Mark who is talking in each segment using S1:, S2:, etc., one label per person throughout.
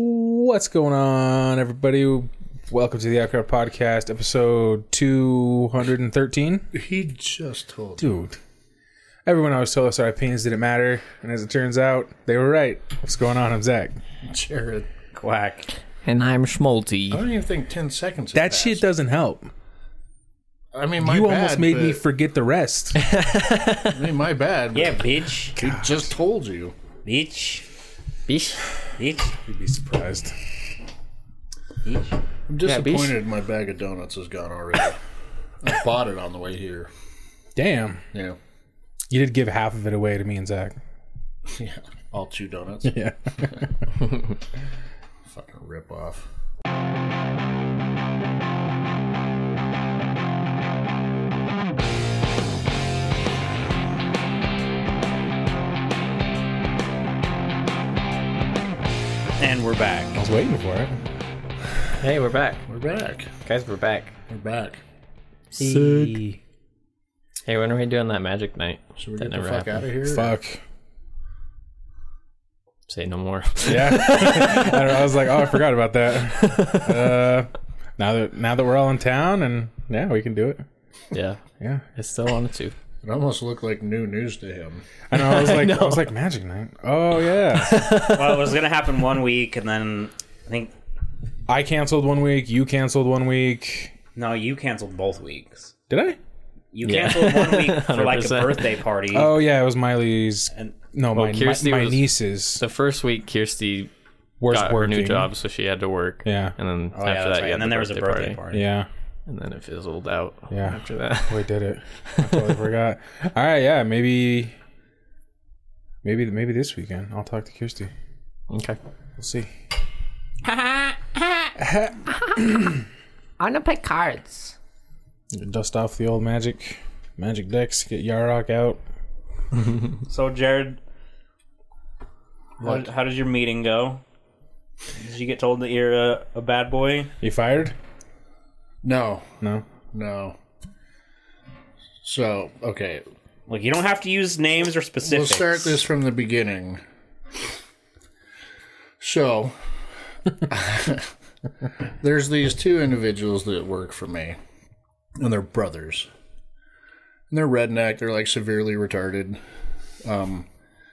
S1: What's going on, everybody? Welcome to the Outcrowd Podcast, episode 213.
S2: He just told
S1: Dude, everyone always told us our opinions didn't matter, and as it turns out, they were right. What's going on? I'm Zach.
S2: Jared.
S1: Quack.
S3: And I'm
S2: I
S3: Schmalti.
S2: don't even think ten seconds.
S1: That
S2: passed.
S1: shit doesn't help.
S2: I mean, my
S1: you
S2: bad,
S1: almost made me
S2: but-
S1: forget the rest.
S2: I mean, my bad. but
S4: Yeah, bitch.
S2: He just told you.
S4: Bitch.
S3: Bish.
S4: Bitch.
S1: You'd be surprised.
S4: Bitch.
S2: I'm
S3: Yeah, bitch.
S2: disappointed. my bag of donuts is gone already. I bought it on the way here.
S1: Damn.
S2: Yeah.
S1: You did give half of it away to me and Zach.
S2: Yeah. All two donuts.
S1: Yeah.
S2: Fucking rip off.
S4: And we're
S1: I
S4: back.
S1: was waiting for it.
S3: Hey, we're back.
S2: We're back.
S3: Guys, we're back.
S2: We're back.
S1: Sick.
S3: Hey, when are we doing that magic night?
S2: So we
S3: that
S2: get the fuck out of here.
S1: Fuck.
S3: Say no more.
S1: Yeah. I, don't know, I was like, oh, I forgot about that. Uh, now that now that we're all in town, and yeah, we can do it.
S3: yeah.
S1: Yeah.
S3: I still wanted to.
S2: It almost looked like new news to him.
S1: I know. I was like, I, was like, Magic Night. Oh yeah.
S4: well, it was gonna happen one week, and then I think
S1: I canceled one week. You canceled one week.
S4: no, you canceled both weeks.
S1: Did I?
S4: You
S3: Yeah.
S4: canceled one week for like a
S3: 100%.
S4: birthday party,
S1: Oh yeah, it was Miley's.
S4: and
S1: No, my my,
S3: Kirsty
S1: my
S3: was-
S1: niece's
S3: The first week, Kirsty
S1: worst
S3: got her
S1: working.
S3: new job, so she had to work.
S1: Yeah.
S3: And then
S4: oh, yeah,
S3: after
S4: that's
S3: that,
S4: right.
S3: yeah,
S4: and then there was a birthday party.
S1: Yeah.
S3: And then it fizzled out.
S1: Yeah.
S3: After that.
S1: We did it. I totally forgot. All right. Yeah. Maybe. Maybe maybe this weekend I'll talk to Kirsty.
S3: Okay.
S1: We'll see.
S3: I want to play cards.
S1: Dust off the old magic, magic decks. Get Yarok out.
S4: So, Jared, how, how did your meeting go? Did you get told that you're a, a bad boy?
S1: You fired?
S2: No.
S1: No.
S2: No. So okay,
S4: Look, you don't have to use names or
S2: we'll
S4: specifics.
S2: start this from the beginning. So, there's these two individuals that work for me, and they're brothers. And they're redneck. They're like severely retarded. Um,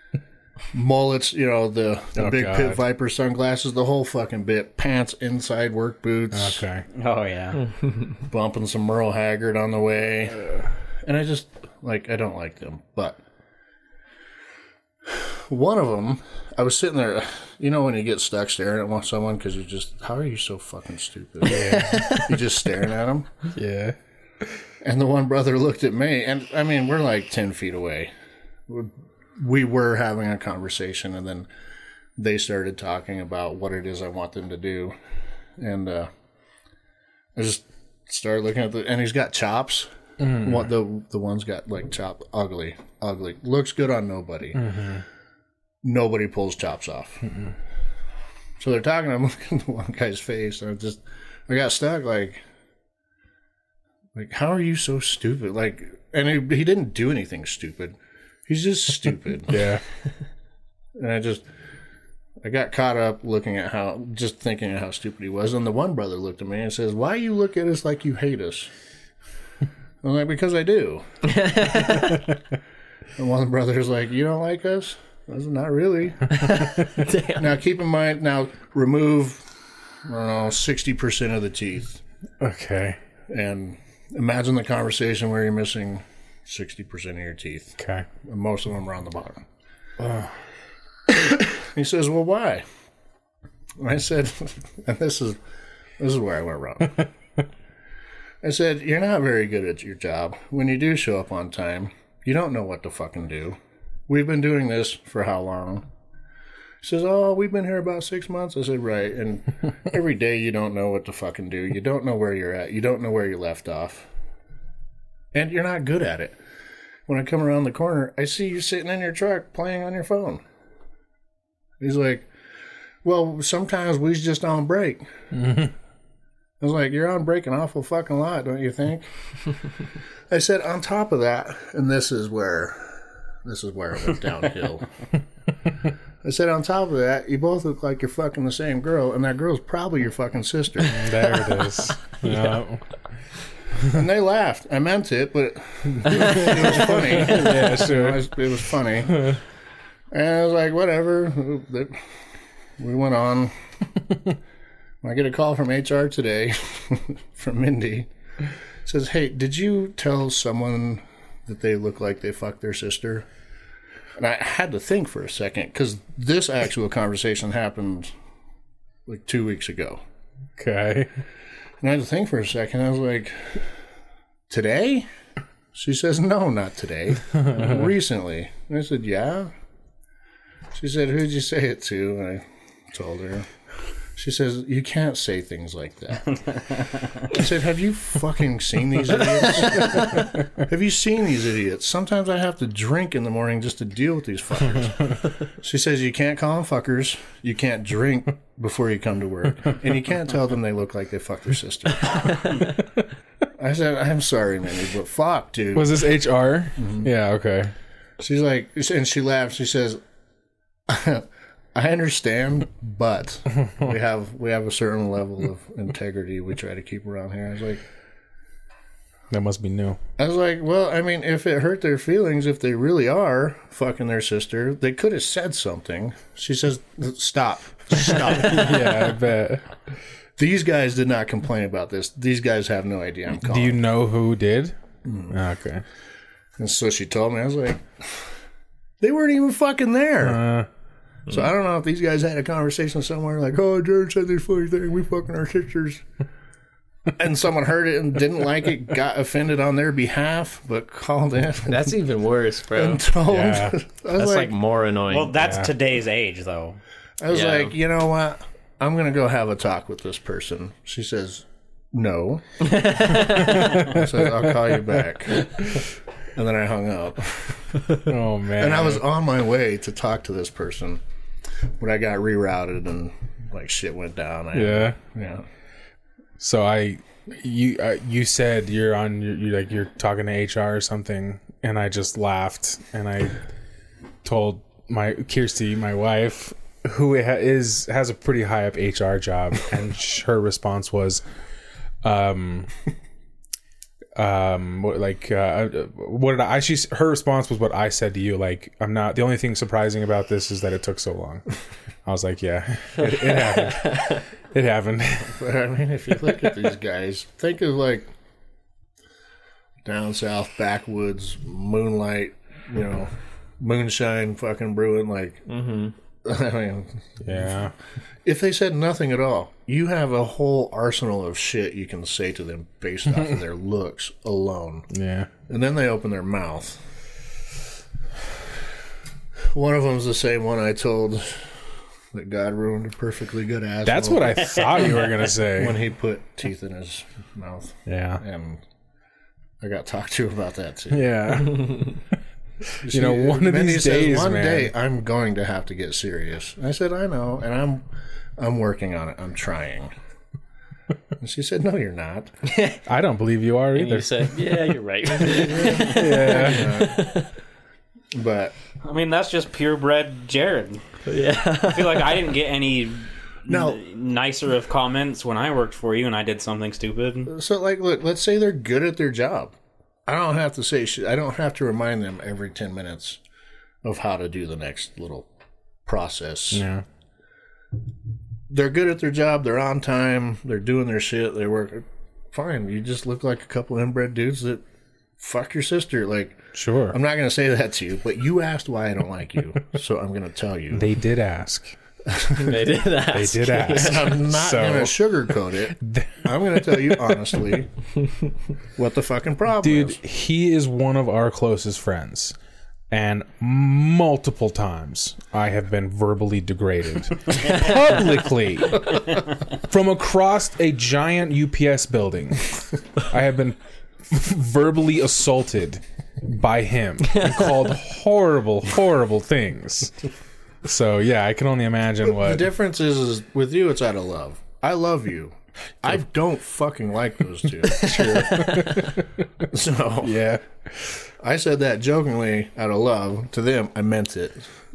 S2: mullets, you know, the, the
S1: Oh,
S2: big
S1: God.
S2: pit viper sunglasses, the whole fucking bit. Pants, inside work boots,
S1: Okay.
S4: Oh yeah,
S2: bumping some Merle Haggard on the way. And I just, like, I don't like them. But one of them, I was sitting there, you know, when you get stuck staring at one- someone because you're just, how are you so fucking stupid? you're just staring at them.
S1: Yeah.
S2: And the one brother looked at me, and I mean, we're like 10 feet away. We were having a conversation, and then they started talking about what it is I want them to do. And uh, I just started looking at the, and he's got chops. What the the one's got like chop ugly, ugly looks good on nobody. Nobody pulls chops off. So they're talking. I'm looking at the one guy's face, and I just I got stuck. Like like, how are you so stupid? Like, and he, he didn't do anything stupid. He's just stupid.
S1: Yeah.
S2: and I just, I got caught up looking at how, just thinking at how stupid he was. And the one brother looked at me and says, Why you look at us like you hate us? I'm like, Because I do. and one brother's like, You don't like us? I was, Not really. Now, keep in mind, now remove, I don't know, 60% of the teeth.
S1: Okay.
S2: And imagine the conversation where you're missing 60% of your teeth.
S1: Okay.
S2: And most of them are on the bottom. he says, Well, why? And I said, and this is this is where I went wrong. I said, You're not very good at your job. When you do show up on time, you don't know what to fucking do. We've been doing this for how long? He says, Oh, we've been here about six months. I said, Right. And every day you don't know what to fucking do. You don't know where you're at. You don't know where you left off. And you're not good at it. When I come around the corner, I see you sitting in your truck playing on your phone. He's like, Well, sometimes we's just on break. I was like, You're on break an awful fucking lot, don't you think? I said, On top of that, and this is where this is where it went downhill. I said, on top of that, you both look like you're fucking the same girl, and that girl's probably your fucking sister.
S1: There it is. yeah.
S2: and they laughed. I meant it, but it was funny.
S1: yeah,
S2: It
S1: sure.
S2: was, it was funny. And I was like, whatever. We went on. I get a call from HR today from Mindy. Says, hey, did you tell someone that they look like they fucked their sister? And I had to think for a second because this actual conversation happened like two weeks ago.
S1: Okay.
S2: And I had to think for a second. I was like, today? She says, no, not today. Recently. And I said, yeah. She said, who'd you say it to? And I told her. She says, you can't say things like that. I said, have you fucking seen these idiots? have you seen these idiots? Sometimes I have to drink in the morning just to deal with these fuckers. she says, you can't call them fuckers. You can't drink before you come to work. And you can't tell them they look like they fucked their sister. I said, I'm sorry, Minnie, but fuck, dude.
S1: Was this HR? Yeah, okay.
S2: She's like, and she laughs. She says, "I understand, but we have we have a certain level of integrity we try to keep around here." I was like,
S1: That must be new.
S2: I was like, well, I mean, if it hurt their feelings, if they really are fucking their sister, they could have said something. She says, "Stop, stop."
S1: Yeah, I bet.
S2: These guys did not complain about this. These guys have no idea I'm
S1: Do
S2: calling.
S1: you know who did? Okay.
S2: And so she told me, I was like, they weren't even fucking there.
S1: Uh-huh.
S2: so I don't know if these guys had a conversation somewhere, like, oh, Jared said this funny thing, we fucking our sisters. and someone heard it and didn't like it, got offended on their behalf, but called in
S5: That's even worse, bro.
S2: and told.
S1: Yeah.
S2: I was
S5: That's like,
S2: like,
S5: more annoying.
S4: Well, that's today's age, though.
S2: I was
S5: yeah.
S2: like, you know what? I'm gonna go have a talk with this person. She says, no. I said, I'll call you back. And then I hung up.
S1: Oh man.
S2: And I was on my way to talk to this person when I got rerouted and like shit went down. I,
S1: Yeah.
S2: yeah.
S1: So I, you, uh, you said you're on, you you like you're talking to HR or something, and I just laughed and I told my Kirsty, my wife, who ha- is has a pretty high up HR job, and sh- her response was, um. Um, what, like, uh, what did I? She, s- her response was what I said to you. Like, I'm not. The only thing surprising about this is that it took so long. I was like, yeah, it, it happened. It happened.
S2: But I mean, if you look at these guys, think of like down south backwoods moonlight, you know, moonshine fucking brewing. Like, I mean,
S1: Yeah.
S2: if they said nothing at all, you have a whole arsenal of shit you can say to them based off of their looks alone.
S1: Yeah.
S2: And then they open their mouth. One of them's the same one I told that God ruined a perfectly good asshole.
S1: That's what I thought you were gonna say.
S2: when he put teeth in his mouth,
S1: Yeah.
S2: and I got talked to about that too.
S1: Yeah.
S2: See,
S1: know, one of
S2: Mindy
S1: these
S2: says,
S1: days,
S2: one
S1: man."
S2: day I'm going to have to get serious. I said, I know, and I'm, I'm working on it. I'm trying. And she said, No, you're not.
S1: I don't believe you are
S5: And you
S1: either.
S5: said, yeah, you're right.
S1: Yeah.
S2: But
S4: I mean, that's just purebred Jared.
S5: yeah.
S4: I feel like I didn't get any
S2: no,
S4: nicer of comments when I worked for you and I did something stupid.
S2: So, like, look, let's say they're good at their job. I don't have to say shit. I don't have to remind them every 10 minutes of how to do the next little process.
S1: Yeah.
S2: They're good at their job. They're on time. They're doing their shit. They work. Fine. You just look like a couple inbred dudes that fuck your sister. Like,
S1: Sure.
S2: I'm not going to say that to you, but you asked why I don't like you. so I'm going to tell you.
S1: they did ask.
S5: They did that.
S1: They did ask.
S2: I'm not
S1: So-
S2: going to sugarcoat it. I'm going to tell you honestly what the fucking problem
S1: Dude,
S2: is.
S1: he is one of our closest friends. And multiple times I have been verbally degraded publicly from across a giant UPS building. I have been verbally assaulted by him and called horrible, horrible things. So, yeah, I can only imagine
S2: The
S1: what.
S2: difference is, is with you, it's out of love. I love you. I don't fucking like those two. so
S1: Yeah.
S2: I said that jokingly out of love to them. I meant it.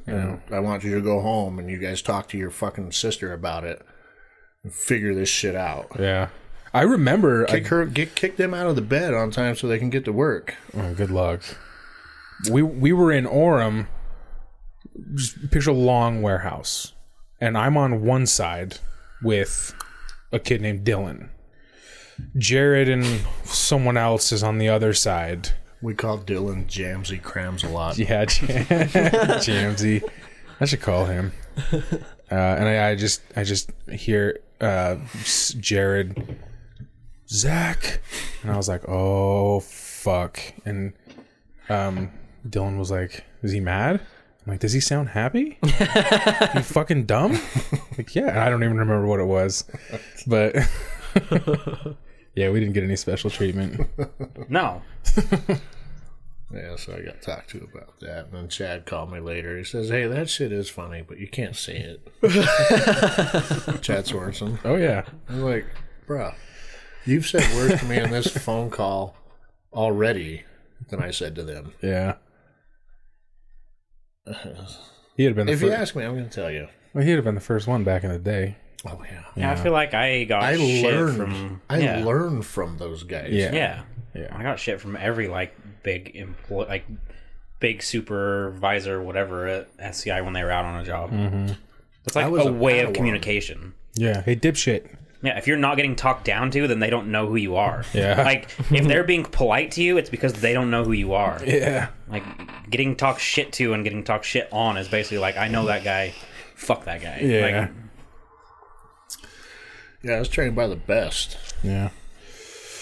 S2: You know, I want you to go home and you guys talk to your fucking sister about it and figure this shit out.
S1: Yeah. I remember. I,
S2: Kick her, get kick them out of the bed on time so they can get to work.
S1: oh, good luck. We we were in Orem. Just picture a long warehouse, and I'm on one side with a kid named Dylan. Jared and someone else is on the other side.
S2: We call Dylan Jamsy Crams a lot.
S1: Yeah, Jam- Jamsy. I should call him. Uh, and I, I just, I just hear uh, s- Jared, Zach, and I was like, oh fuck. And um, Dylan was like, is he mad? I'm like, does he sound happy? you fucking dumb. like, yeah. And I don't even remember what it was, but. Yeah, we didn't get any special treatment.
S4: No.
S2: Yeah, so I got talked to about that. And then Chad called me later. He says, Hey, that shit is funny, but you can't say it. Chad Swanson.
S1: Oh yeah,
S2: I'm like, Bruh, you've said words to me on this phone call already than I said to them.
S1: yeah. He had been the
S2: If
S1: fir-
S2: you ask me, I'm going to tell you.
S1: Well, he'd have been the first one back in the day.
S2: Oh, yeah.
S4: Yeah, I feel like I got
S2: I
S4: shit
S2: learned.
S4: from.
S2: I
S4: yeah.
S2: learned from those guys.
S1: Yeah.
S4: Yeah.
S1: Yeah.
S4: I got shit from every like big employ, like big supervisor, whatever at SCI when they were out on a job.
S1: Mm-hmm.
S4: It's like
S2: I was
S4: a,
S2: a
S4: way of
S2: Padawan.
S4: communication.
S1: Yeah. Hey, dipshit.
S4: Yeah, if you're not getting talked down to, then they don't know who you are.
S1: Yeah.
S4: Like if they're being polite to you, it's because they don't know who you are.
S1: Yeah.
S4: Like getting talked shit to and getting talked shit on is basically like I know that guy, fuck that guy.
S1: Yeah.
S4: Like,
S2: Yeah, I was trained by the best.
S1: yeah.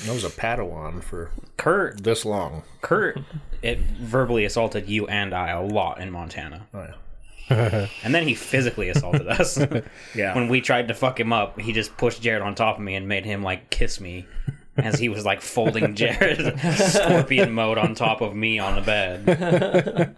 S2: I was a Padawan for
S4: Kurt
S2: this long.
S4: Kurt it verbally assaulted you and I a lot in Montana.
S2: Oh, yeah.
S4: And then he physically assaulted us.
S2: Yeah.
S4: When we tried to fuck him up, he just pushed Jared on top of me and made him like kiss me as he was like folding Jared scorpion mode on top of me on the bed.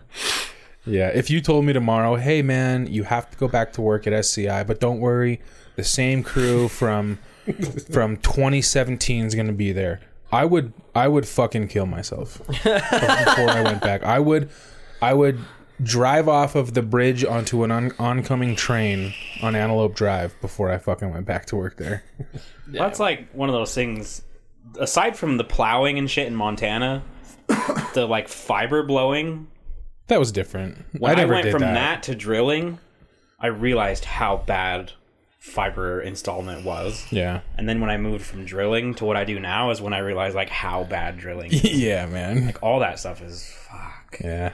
S1: Yeah. If you told me tomorrow, hey man, you have to go back to work at SCI, but don't worry, the same crew from from 2017 is going to be there. I would I would fucking kill myself before I went back. I would I would drive off of the bridge onto an on- oncoming train on Antelope Drive before I fucking went back to work there.
S4: That's like one of those things aside from the plowing and shit in Montana, the like fiber blowing,
S1: That was different.
S4: when
S1: I
S4: I,
S1: never
S4: went
S1: did
S4: from that.
S1: that.
S4: to drilling, I realized how bad fiber installment was.
S1: Yeah.
S4: And then when I moved from drilling to what I do now is when I realized like how bad drilling is.
S1: Yeah, man.
S4: all that stuff is fuck.
S1: Yeah.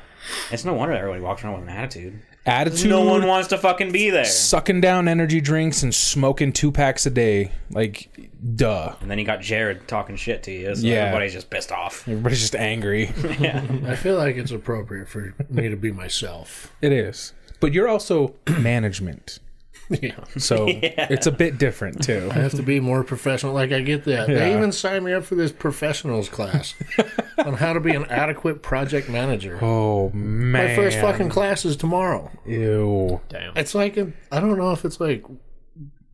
S4: It's no wonder everybody walks around with an attitude.
S1: Attitude
S4: No one wants to fucking be there.
S1: sucking down energy drinks and smoking two packs a day. Like, duh.
S4: And then you got Jared talking shit to you, so
S1: Yeah.
S4: everybody's just pissed off.
S1: Everybody's just angry.
S2: I feel like it's appropriate for me to be myself.
S1: it is. But you're also management.
S2: Yeah.
S1: So it's a bit different, too.
S2: I have to be more professional. Like I get that. They
S1: Yeah.
S2: even signed me up for this professionals class on how to be an adequate project manager.
S1: Oh, man.
S2: My first fucking class is tomorrow.
S1: Ew.
S2: It's like a, I don't know if it's like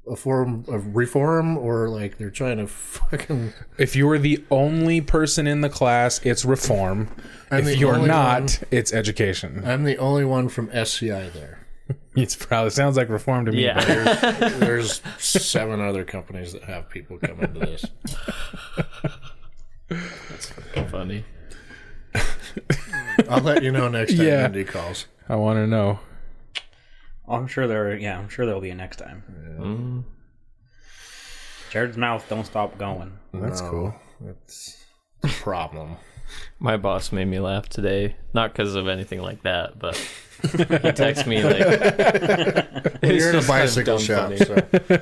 S2: a form of reform or like they're trying to fucking.
S1: If you were the only person in the class, it's reform.
S2: I'm the
S1: if you're
S2: only
S1: not,
S2: one-
S1: it's education.
S2: I'm the only one from SCI there.
S1: It's probably sounds like reform to me.
S5: Yeah.
S1: but-
S2: There's seven other companies that have people come into this.
S5: Funny.
S2: I'll let you know next time
S1: Yeah.
S2: Indy calls.
S1: I want to know.
S4: I'm sure there. Yeah, I'm sure there'll be a next time. Jared's mouth don't stop going.
S1: That's cool.
S2: Um, It's a problem.
S5: My boss made me laugh today, not because of anything like that, but he texted me like,
S2: You're in a
S5: just kind of
S2: bicycle
S5: dumb
S2: shop,
S5: funny.
S2: so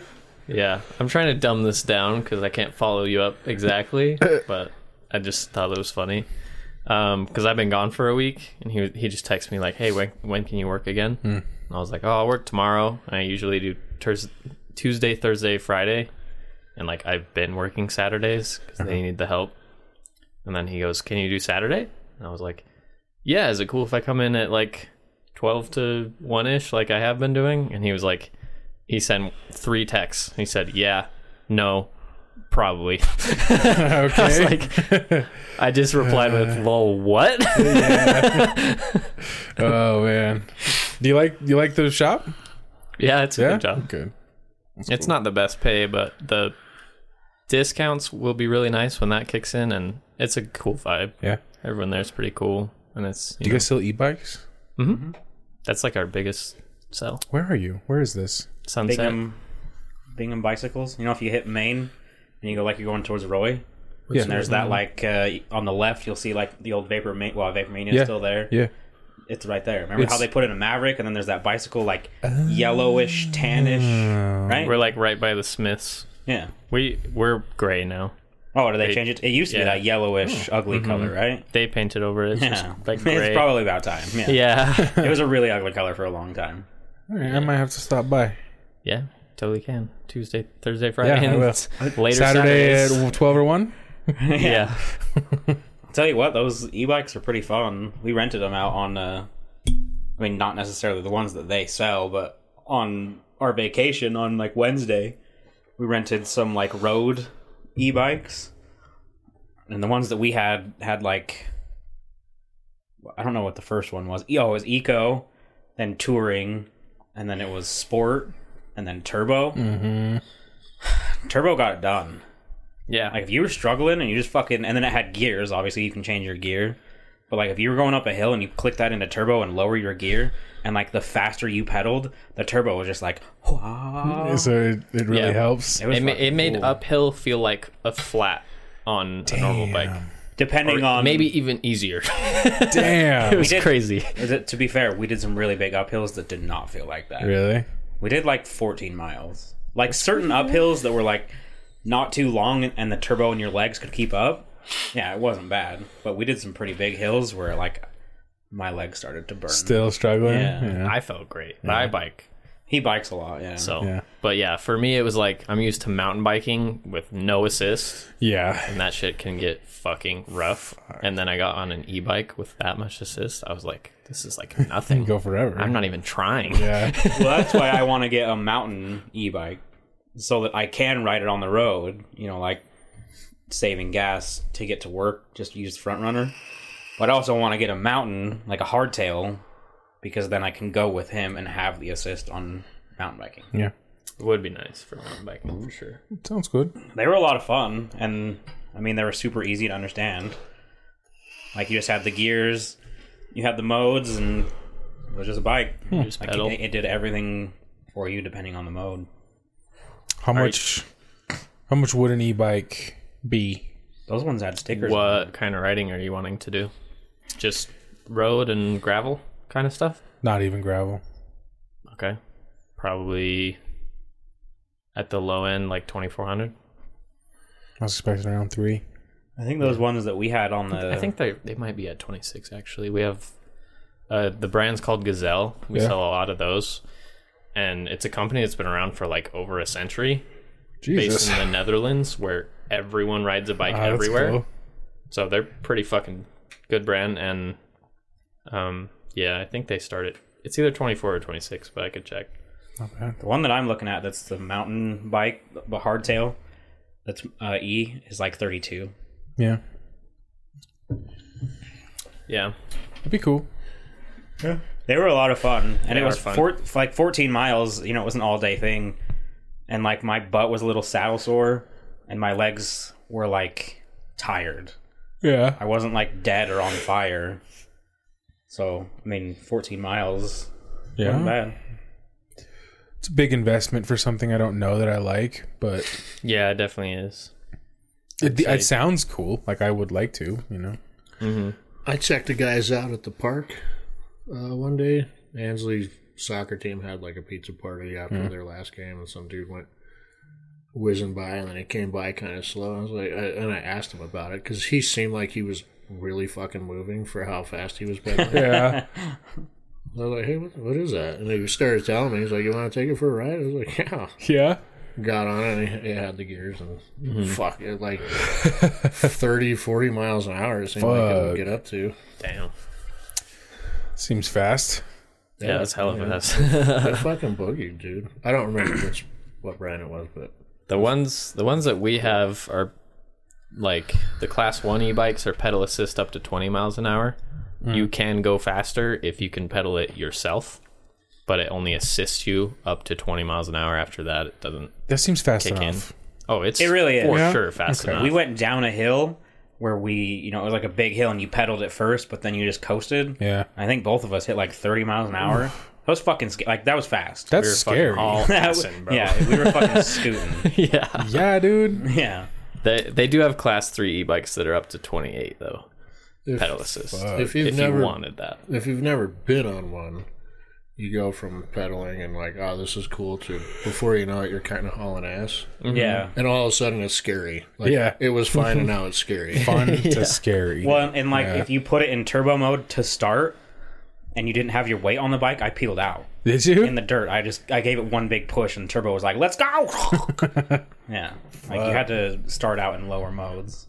S5: "Yeah, I'm trying to dumb this down because I can't follow you up exactly, but I just thought it was funny." Because I've been gone for a week, and he he just texted me like, "Hey, when when can you work again?" And I was like, "Oh, I'll work tomorrow." And I usually do Turs Tuesday, Thursday, Friday, and like I've been working Saturdays because they need the help. And then he goes, "Can you do Saturday?" And I was like, "Yeah, is it cool if I come in at like 12 to 1 ish like I have been doing?" And he was like he sent three texts. He said, "Yeah, no, probably."
S1: Okay.
S5: It's like I
S1: Uh,
S5: just replied with, "Lol, what?"
S1: oh, man. Do you like you like the shop?
S5: Yeah, it's a
S1: Yeah,
S5: good job.
S1: Good.
S5: It's not the best pay, but the discounts will be really nice when that kicks in, and it's a cool vibe.
S1: Yeah.
S5: Everyone there's pretty cool, and it's you
S1: Do you
S5: know,
S1: guys still e-bikes?
S5: that's like our biggest sell.
S1: Where are you? Where is this?
S5: Sunset.
S4: Bingham, Bingham bicycles. You know, if you hit Maine and you go like you're going towards Roy,
S1: Yeah.
S4: and there's that
S5: Mm-hmm.
S4: like uh, on the left, you'll see like the old Vapor Main. Well, Vapor Mania
S1: Yeah.
S4: is still there.
S1: Yeah.
S4: It's right there. Remember how
S1: It's- Oh.
S4: they put in a Maverick, and then there's that bicycle like yellowish, tannish, right?
S5: We're like right by the Smiths.
S4: yeah.
S5: We we're gray now.
S4: Oh, do they change it? It used to
S5: yeah.
S4: be that yellowish,
S1: Hmm.
S4: ugly color, right?
S5: They painted over it. It's
S4: Yeah,
S5: just like gray.
S4: it's probably about time. Yeah.
S5: yeah.
S4: it was a really ugly color for a long time.
S1: All right, I might have to stop by.
S5: yeah. Totally can. Tuesday, Thursday, Friday.
S1: Yeah, I will.
S5: and Later
S1: Saturday
S5: Saturdays.
S1: at twelve or one.
S5: yeah.
S4: I'll tell you what, those e-bikes are pretty fun. We rented them out on, uh, I mean, not necessarily the ones that they sell, but on our vacation on like Wednesday, we rented some like road e-bikes, and the ones that we had had like, I don't know what the first one was. Oh, it was eco, then touring, and then it was sport, and then turbo. Mm-hmm. turbo got it done.
S5: Yeah.
S4: Like if you were struggling and you just fucking and then it had gears, obviously you can change your gear. But like if you were going up a hill and you click that into turbo and lower your gear, and like the faster you pedaled, the turbo was just like "Wah."
S1: Oh. So it, it really
S5: Yeah.
S1: helps.
S4: It was
S5: it, ma-
S4: fucking
S5: it made
S4: cool.
S5: uphill feel like a flat on a normal bike.
S4: depending on
S5: Maybe even easier.
S1: Damn.
S5: it was
S4: did-
S5: crazy.
S4: Is it- to be fair, we did some really big uphills that did not feel like that.
S1: really?
S4: We did like 14 miles, like certain uphills that were like not too long and, and the turbo in your legs could keep up. Yeah, it wasn't bad, but we did some pretty big hills where like my legs started to burn.
S1: Still struggling.
S4: Yeah.
S1: Yeah.
S5: I felt great. I bike.
S4: He bikes a lot, yeah.
S5: So,
S1: Yeah.
S5: but yeah, for me, it was like I'm used to mountain biking with no assist,
S1: yeah.
S5: and that shit can get fucking rough. And then I got on an e bike with that much assist. I was like, this is like nothing.
S1: Go forever.
S5: I'm not even trying.
S1: Yeah.
S4: well, that's why I want to get a mountain e-bike so that I can ride it on the road. You know, like saving gas to get to work, just use front runner. But I also want to get a mountain, like a hardtail, because then I can go with him and have the assist on mountain biking.
S1: yeah.
S5: It would be nice for mountain biking for sure.
S1: Sounds good.
S4: They were a lot of fun, and I mean, they were super easy to understand. Like you just had the gears, you had the modes, and it was just a bike.
S5: Just
S4: Like,
S5: pedal.
S4: it, it did everything for you depending on the mode.
S1: How much? How much would an e-bike be?
S4: Those ones had stickers. on
S5: What kind of riding are you wanting to do? Just road and gravel kind of stuff?
S1: Not even gravel.
S5: Okay. Probably at the low end, like 2400.
S1: I was expecting around three.
S4: I think those ones that we had on the.
S5: I think they they might be at 26 actually. We have uh, the brand's called Gazelle. We
S1: Yeah.
S5: sell a lot of those. And it's a company that's been around for like over a century based
S1: Jesus.
S5: in the Netherlands where everyone rides a bike
S1: Ah, that's
S5: everywhere.
S1: cool.
S5: So they're pretty fucking good brand and um yeah, I think they start at It's either 24 or 26, but I could check.
S4: the one that I'm looking at that's the mountain bike, the hardtail, that's uh, E, is like 32.
S1: Yeah.
S5: Yeah.
S1: That'd be cool.
S4: They were a lot of fun. And
S5: They
S4: it was
S5: are fun.
S4: Four, like 14 miles. You know, it was an all day thing. And like my butt was a little saddle sore, and my legs were like tired.
S1: Yeah.
S4: I wasn't like dead or on fire. So, I mean, 14 miles. Not
S1: Yeah.
S4: bad.
S1: It's a big investment for something I don't know that I like, but
S5: Yeah, it definitely is.
S1: it, it sounds cool. Like I would like to, you know.
S2: I checked the guys out at the park uh, one day. Ansley's soccer team had like a pizza party after
S1: Hmm.
S2: their last game, and some dude went whizzing by, and then he came by kind of slow. I was like, I, and I asked him about it because he seemed like he was really fucking moving for how fast he was pedaling.
S1: Yeah.
S2: I was like, hey, what, what is that? And he started telling me, he's like, you want to take it for a ride? I was like, yeah.
S1: yeah.
S2: Got on it, and it had the gears, and fuck, it like 30, 40 miles an hour, it seemed like it
S1: Fuck.
S2: would get up to.
S5: Damn.
S1: Seems fast.
S5: Yeah, that's hella fast.
S2: I fucking boogie, dude. I don't remember which what brand it was, but
S5: The ones the ones that we have are like the class one e bikes are pedal Hmm. assist up to twenty miles an hour. You can go faster if you can pedal it yourself. but it only assists you up to 20 miles an hour. After that, it doesn't
S1: That seems fast
S5: kick in.
S1: enough.
S5: Oh, it's
S4: It really is.
S5: for
S1: Yeah?
S5: sure fast
S1: Okay.
S5: enough.
S4: We went down a hill where we, you know, it was like a big hill and you pedaled at first, but then you just coasted.
S1: Yeah.
S4: I think both of us hit like 30 miles an hour. that was fucking sca- like that was fast.
S1: That's
S5: were fucking
S1: scary.
S5: all-
S4: That
S5: passing,
S4: w-
S5: bro.
S4: Yeah, we were fucking scooting.
S5: yeah,
S1: yeah, dude.
S4: Yeah.
S5: they they do have class three e-bikes that are up to 28 though.
S2: If-
S5: Pedal assist.
S2: if you've
S5: if
S2: never
S5: you wanted that.
S2: if you've never been on one, you go from pedaling and like, oh, this is cool to before you know it, you're kind of hauling ass,
S5: Mm-hmm.
S4: Yeah.
S2: and all of a sudden it's scary. Like,
S1: Yeah.
S2: it was fine, and now it's scary.
S1: Fun to scary.
S4: Well, and like if you put it in turbo mode to start and you didn't have your weight on the bike, I peeled out
S1: Did you?
S4: in the dirt. I just I gave it one big push and turbo was like, "Let's go." yeah. Like you had to start out in lower modes.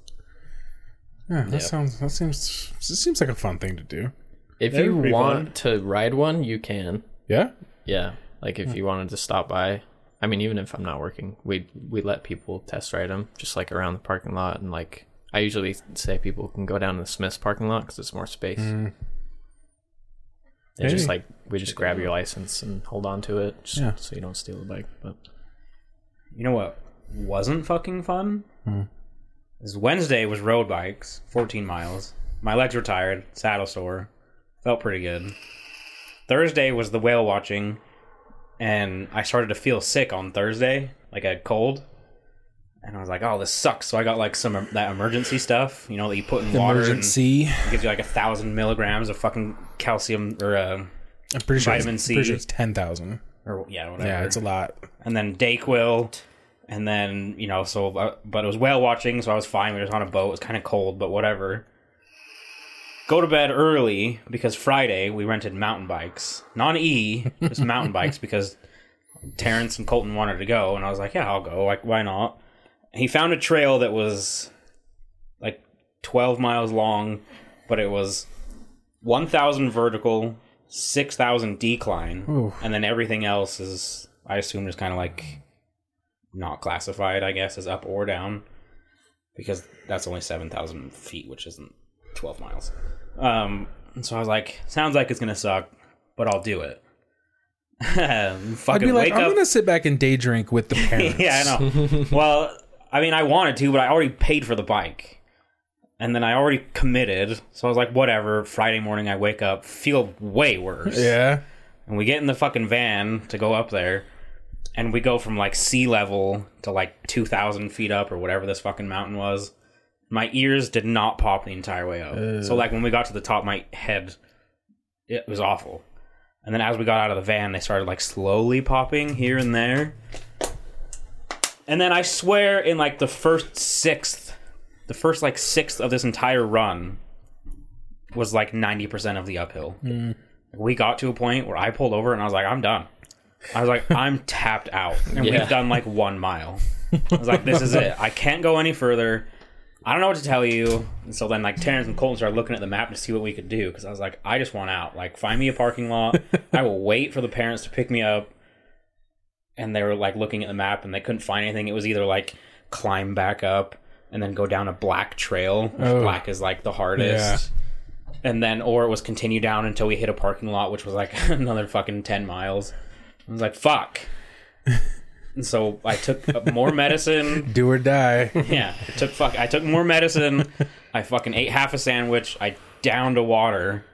S1: yeah, that sounds. That seems. It seems like a fun thing to do.
S5: If
S2: That'd
S5: you
S2: be
S5: want to ride one, you can.
S1: Yeah.
S5: Yeah, like if you wanted to stop by. I mean, even if I'm not working, we we let people test ride them, just like around the parking lot, and like I usually say people can go down to the Smiths parking lot because it's more space. They
S1: Hey.
S5: just like we just grab your license and hold on to it, just
S1: Yeah.
S5: so you don't steal the bike. But
S4: You know what wasn't fucking fun?
S1: Hmm.
S4: Is Wednesday was road bikes, 14 miles. My legs were tired, saddle sore, felt pretty good. Thursday was the whale watching, and I started to feel sick on Thursday, like I had cold. And I was like, "Oh, this sucks." So I got like some of that emergency stuff, you know, that you put in water and it
S1: Emergency.
S4: gives you like a thousand milligrams of fucking calcium or uh,
S1: I'm pretty sure.
S4: Vitamin
S1: it's,
S4: C.
S1: Pretty sure it's ten thousand.
S4: or yeah, whatever.
S1: Yeah, it's a lot.
S4: and then Dayquil, and then you know, so uh, but it was whale watching, so I was fine. We were just on a boat; it was kind of cold, but whatever. Go to bed early because Friday we rented mountain bikes, non E, just mountain bikes because Terrence and Colton wanted to go, and I was like, yeah, I'll go. Like, why not? He found a trail that was like twelve miles long, but it was one thousand vertical, six thousand decline, and then everything else is, I assume, is kind of like not classified. I guess as up or down, because that's only seven thousand feet, which isn't twelve miles. Um, and so I was like, sounds like it's gonna suck, but I'll do it.
S1: I'd
S4: Fucking
S1: be like,
S4: wake
S1: I'm
S4: up.
S1: gonna sit back and day drink with the parents.
S4: Yeah, I know. well, I mean, I wanted to, but I already paid for the bike. And then I already committed. So I was like, whatever. Friday morning, I wake up, feel way worse.
S1: Yeah.
S4: And we get in the fucking van to go up there. And we go from like sea level to like 2,000 feet up or whatever this fucking mountain was. My ears did not pop the entire way up. So, like, when we got to the top, my head, it was awful. And then as we got out of the van, they started like slowly popping here and there. And then I swear, in like the first sixth, the first like sixth of this entire run was like 90% of the uphill. We got to a point where I pulled over and I was like, I'm done. I was like, I'm tapped out. And
S5: Yeah.
S4: we've done like one mile. I was like, this is it. I can't go any further. I don't know what to tell you. And so then, like, Terrence and Colton started looking at the map to see what we could do because I was like, I just want out. Like, find me a parking lot. I will wait for the parents to pick me up and they were like looking at the map and they couldn't find anything. It was either like climb back up and then go down a black trail. which
S1: Oh.
S4: Black is like the hardest. And then or it was continue down until we hit a parking lot, which was like another fucking ten miles. I was like, fuck. and so I took up more medicine.
S1: Do or die.
S4: Yeah. I took fuck I took more medicine. I fucking ate half a sandwich. I downed a water.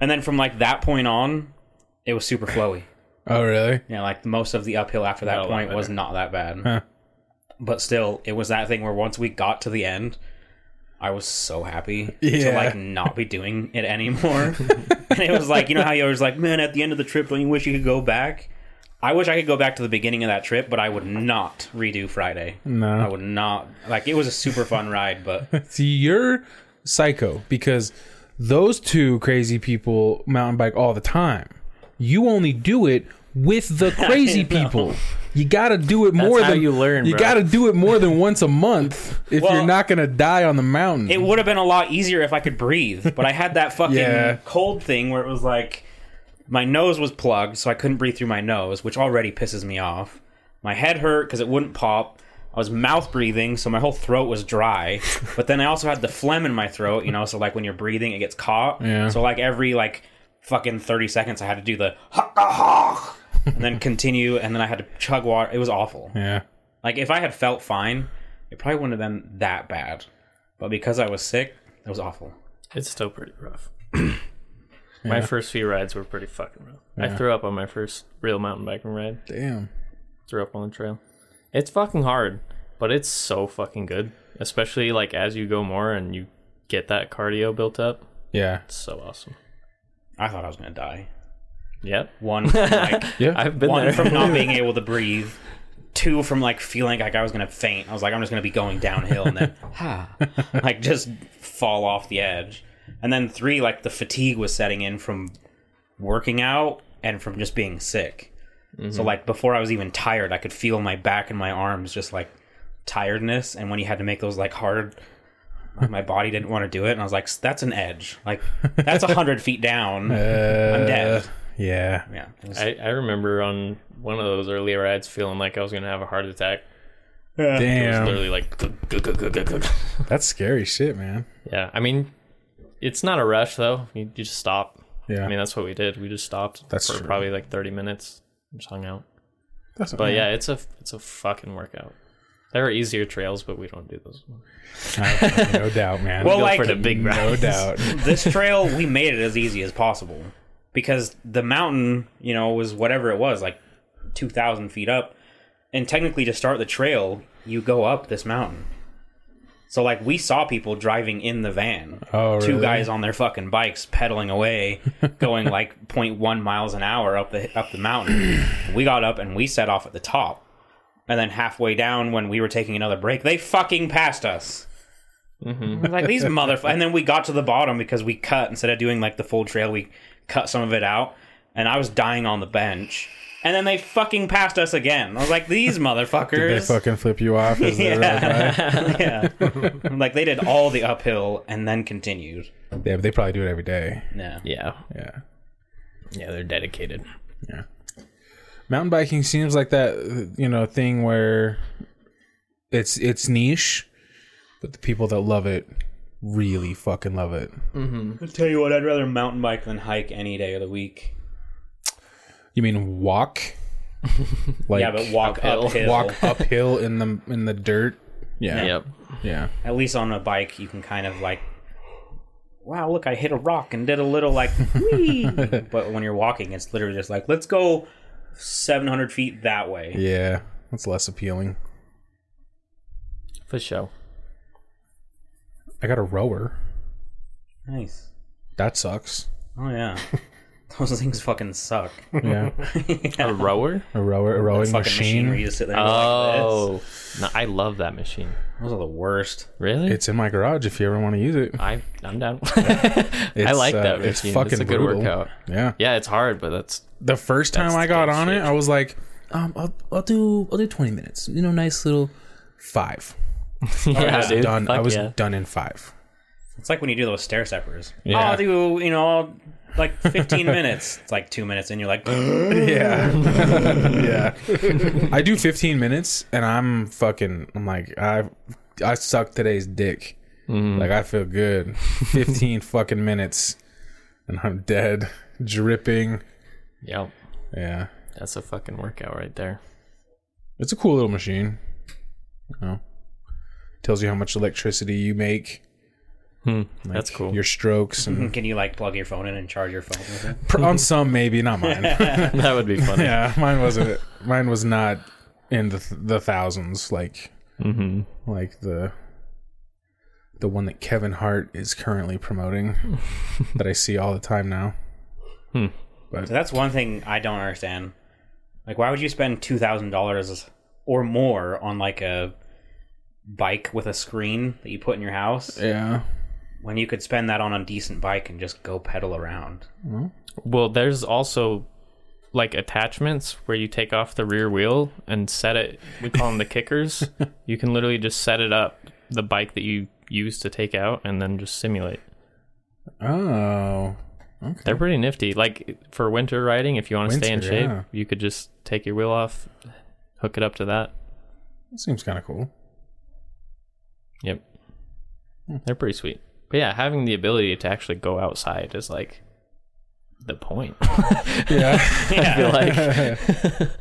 S4: And then from like that point on, it was super flowy.
S1: oh, really?
S4: Yeah, like most of the uphill after that
S5: Not a lot
S4: point was
S5: better.
S4: not that bad.
S1: Huh.
S4: But still, it was that thing where once we got to the end, I was so happy to
S1: Yeah.
S4: like not be doing it anymore. and it was like, you know how you're always like, man, at the end of the trip, don't you wish you could go back? I wish I could go back to the beginning of that trip, but I would not redo Friday.
S1: No.
S4: I would not. Like, it was a super fun ride, but
S1: See, you're psycho because those two crazy people mountain bike all the time. You only do it with the crazy people. You gotta do it more
S5: how
S1: than
S5: you learn,
S1: You
S5: bro.
S1: gotta do it more than once a month if
S4: Well-
S1: you're not gonna die on the mountain.
S4: it would have been a lot easier if I could breathe, but I had that fucking
S1: Yeah.
S4: cold thing where it was like my nose was plugged, so I couldn't breathe through my nose, which already pisses me off. My head hurt because it wouldn't pop. I was mouth breathing, so my whole throat was dry. but then I also had the phlegm in my throat, you know, so like when you're breathing, it gets caught.
S1: Yeah.
S4: So like every like fucking 30 seconds, I had to do the "Hawk, ah, hawk," and then continue, and then I had to chug water. It was awful.
S1: Yeah.
S4: Like if I had felt fine, it probably wouldn't have been that bad. But because I was sick, it was awful.
S5: It's still pretty rough. my first few rides were pretty fucking rough. I threw up on my first real mountain biking ride.
S1: Damn.
S5: Threw up on the trail. It's fucking hard, but it's so fucking good. Especially like as you go more and you get that cardio built up.
S1: Yeah.
S5: It's so awesome.
S4: I thought I was gonna die.
S5: Yep.
S4: One, from, like
S1: Yeah.
S5: I've been
S4: one
S5: there.
S4: from not being able to breathe. Two from like feeling like I was gonna faint. I was like, I'm just gonna be going downhill and then ha, like just fall off the edge. And then three, like the fatigue was setting in from working out and from just being sick. So like before I was even tired, I could feel my back and my arms just like tiredness. And when you had to make those like hard, my body didn't want to do it. And I was like, that's an edge. Like that's a hundred feet down. I'm dead.
S1: Uh, Yeah.
S4: Yeah. Uh, it was-
S5: I, I remember on one of those earlier rides feeling like I was gonna have a heart attack. It was
S1: Damn.
S5: literally like
S1: That's scary shit, man.
S5: Yeah. I mean it's not a rush though. You, you just stop.
S1: Yeah.
S5: I mean that's what we did. We just stopped
S1: That's
S5: for
S1: true.
S5: probably like thirty minutes. and Just hung out.
S1: That's
S5: But yeah, it's a it's a fucking workout. There are easier trails, but we don't do those. ones.
S1: I- no doubt, man.
S4: Well,
S5: Go
S4: like,
S5: for the big ride.
S1: no doubt.
S4: this trail we made it as easy as possible because the mountain you know was whatever it was like 2000 feet up and technically to start the trail you go up this mountain so like we saw people driving in the van
S1: Oh,
S4: two
S1: really?
S4: guys on their fucking bikes pedaling away going like 0.1 miles an hour up the up the mountain we got up and we set off at the top and then halfway down when we were taking another break they fucking passed us
S1: Mm-hmm.
S4: like these motherfuckers. And then we got to the bottom because we cut instead of doing like the full trail, we cut some of it out. And I was dying on the bench. And then they fucking passed us again. I was like, these
S1: They
S4: motherfuckers.
S1: fucking flip you off. As they ride by.
S4: yeah. like they did all the uphill and then continued.
S1: Yeah, but they probably do it every day.
S4: Yeah.
S5: Yeah,
S1: Yeah.
S5: yeah, they're dedicated.
S1: Mountain biking seems like that, you know, thing where it's it's niche, but the people that love it really fucking love it.
S4: I'll tell you what, I'd rather mountain bike than hike any day of the week.
S1: You mean walk? like
S4: Yeah, but walk
S5: Uphill.
S4: uphill.
S1: walk uphill in the in the dirt. Yeah.
S5: Yep.
S1: Yeah.
S4: At least on a bike, you can kind of like, wow, look, I hit a rock and did a little like, whee. but when you're walking, it's literally just like, let's go 700 feet that way.
S1: Yeah. That's less appealing.
S5: for sure.
S1: I got a rower.
S4: Nice.
S1: That sucks.
S4: Oh, yeah. Those things fucking suck.
S1: Yeah.
S5: A rower.
S1: a rower, a rowing
S4: Fucking machine where you
S1: machine.
S4: just sit there and go like
S5: Oh, no, I love that machine.
S4: this. Those are the worst.
S5: Really?
S1: It's in my garage if you ever want to use it.
S5: I I'm down. I
S1: It's,
S5: like
S1: uh,
S5: that machine.
S1: it's
S5: It's,
S1: fucking
S5: a good
S1: brutal.
S5: workout.
S1: Yeah.
S5: Yeah, it's hard, but that's
S1: the first time
S5: That's
S1: I
S5: the
S1: got
S5: good
S1: on it,
S5: shit.
S1: I was like, um, I'll, I'll do I'll do twenty minutes. You know, nice little five.
S5: yeah, dude.
S1: done. I
S5: Fuck
S1: was
S5: yeah.
S1: done in five.
S4: It's like when you do those stair steppers.
S1: Yeah.
S4: I'll do, you know, like 15 minutes. It's like two minutes, and you're like,
S1: Yeah, yeah. I do fifteen minutes, and I'm fucking. I'm like I I suck today's dick.
S5: Mm-hmm.
S1: Like I feel good. Fifteen fucking minutes, and I'm dead, dripping.
S5: Yep.
S1: Yeah,
S5: That's a fucking workout right there.
S1: it's a cool little machine. You know, tells you how much electricity you make,
S5: that's cool.
S1: your strokes, and
S4: can you like plug your phone in and charge your phone with it?
S1: Pr- on some maybe not mine
S5: that would be funny.
S1: yeah mine wasn't mine was not in the th- the thousands like like the the one that Kevin Hart is currently promoting that I see all the time now
S4: So that's one thing I don't understand. Like, why would you spend two thousand dollars or more on like a bike with a screen that you put in your house
S5: Eh.
S1: yeah
S4: when you could spend that on a decent bike and just go pedal around?
S5: Well, there's also like attachments where you take off the rear wheel and set it. We call them the kickers. you can literally just set it up the bike that you use to take out and then just simulate.
S1: oh
S5: They're pretty nifty. Like for winter riding, if you want to stay in
S1: Winter,
S5: shape,
S1: yeah.
S5: you could just take your wheel off, hook it up to that.
S1: that seems kind of cool
S5: Yep.
S1: Hmm.
S5: They're pretty sweet. But yeah, having the ability to actually go outside is like the point?
S1: Yeah.
S5: I feel like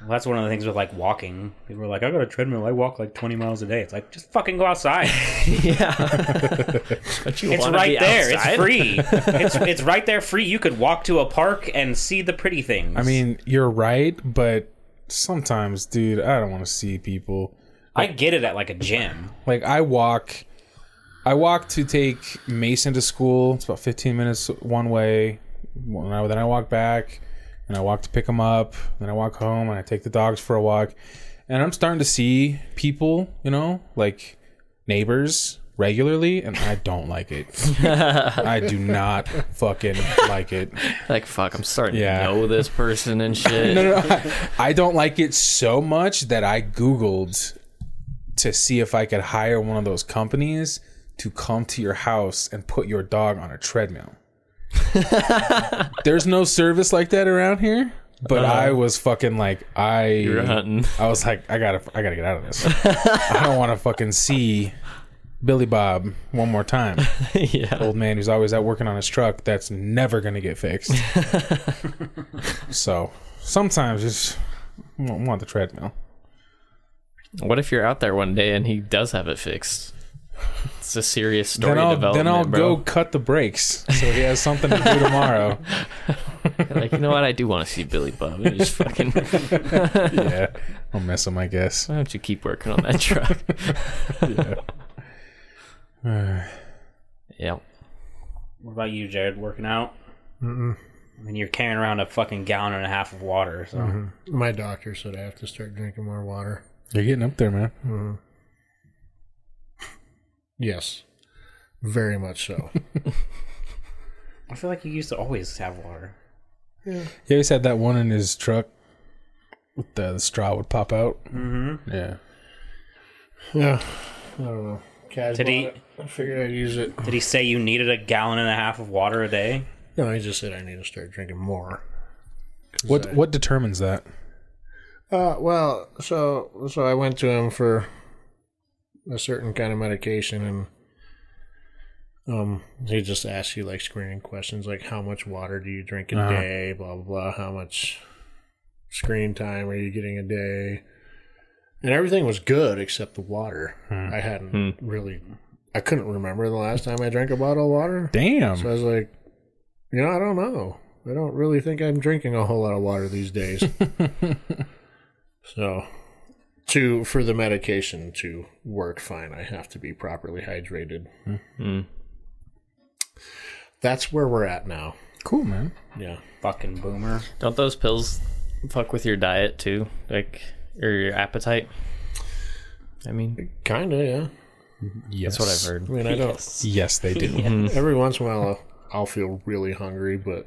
S4: Well, that's one of the things with like walking. People are like, I got a treadmill. I walk like 20 miles a day. It's like, just fucking go outside.
S5: don't you
S4: It's
S5: wanna
S4: right
S5: be
S4: there.
S5: outside?
S4: It's free. it's it's right there free. You could walk to a park and see the pretty things.
S1: I mean, you're right, but sometimes, dude, I don't want to see people.
S4: I get it at like a gym.
S1: Like I walk I walk to take Mason to school. It's about 15 minutes one way. Well, now- Then I walk back and I walk to pick him up. Then I walk home and I take the dogs for a walk. And I'm starting to see people, you know, like neighbors regularly and I don't like it. I do not fucking like it.
S5: like fuck. I'm starting
S1: Yeah.
S5: to know this person and shit.
S1: No, no, I, I don't like it so much that I Googled to see if I could hire one of those companies to come to your house and put your dog on a treadmill. There's no service like that around here, but I was fucking like, I
S5: Uh-huh. You're hunting.
S1: I was like, I gotta, I gotta get out of this. I don't want to fucking see Billy Bob one more time.
S5: yeah.
S1: Old man who's always out working on his truck. That's never gonna get fixed. so sometimes it's I don't want the treadmill.
S5: What if you're out there one day and he does have it fixed? It's a serious story
S1: then I'll
S5: development,
S1: then I'll
S5: bro.
S1: go cut the brakes so he has something to do tomorrow.
S5: like, you know what? I do want to see Billy Bob. And just fucking, why
S1: yeah, I'll miss him, I guess.
S5: don't you keep working on that truck? yeah.
S4: What about you, Jared? Working out? I mean, you're carrying around a fucking gallon and a half of water. So
S1: Mm-hmm.
S2: My doctor said I have to start drinking more water.
S1: You're getting up there, man.
S2: Yes, very much so.
S4: I feel like you used to always have water.
S1: He always had that one in his truck. With the, the straw would pop out. Mm-hmm. Yeah.
S2: yeah, I don't know. Kaz
S4: Did he-
S2: bought it. I figured I'd use it.
S4: Did he say you needed a gallon and a half of water a day?
S2: No, he just said I need to start drinking more.
S1: What what determines that?
S2: Uh, well, so so I went to him for a certain kind of medication, and um, he just asks you like screening questions, like how much water do you drink a
S1: Uh-huh.
S2: day, blah blah blah, how much screen time are you getting a day, and everything was good except the water. I hadn't
S4: Hmm.
S2: really, I couldn't remember the last time I drank a bottle of water.
S1: Damn.
S2: So I was like, you know, I don't know. I don't really think I'm drinking a whole lot of water these days. so, to for the medication to work fine, I have to be properly hydrated. That's where we're at now.
S1: cool, man.
S2: Yeah.
S4: Fucking boomer.
S5: Don't those pills fuck with your diet too? Like, or your appetite? I mean,
S2: Kind of, yeah.
S1: Yes.
S5: that's what I've heard.
S2: I mean, I don't.
S1: Yes, they do.
S2: Every once in a while, I'll, I'll feel really hungry, but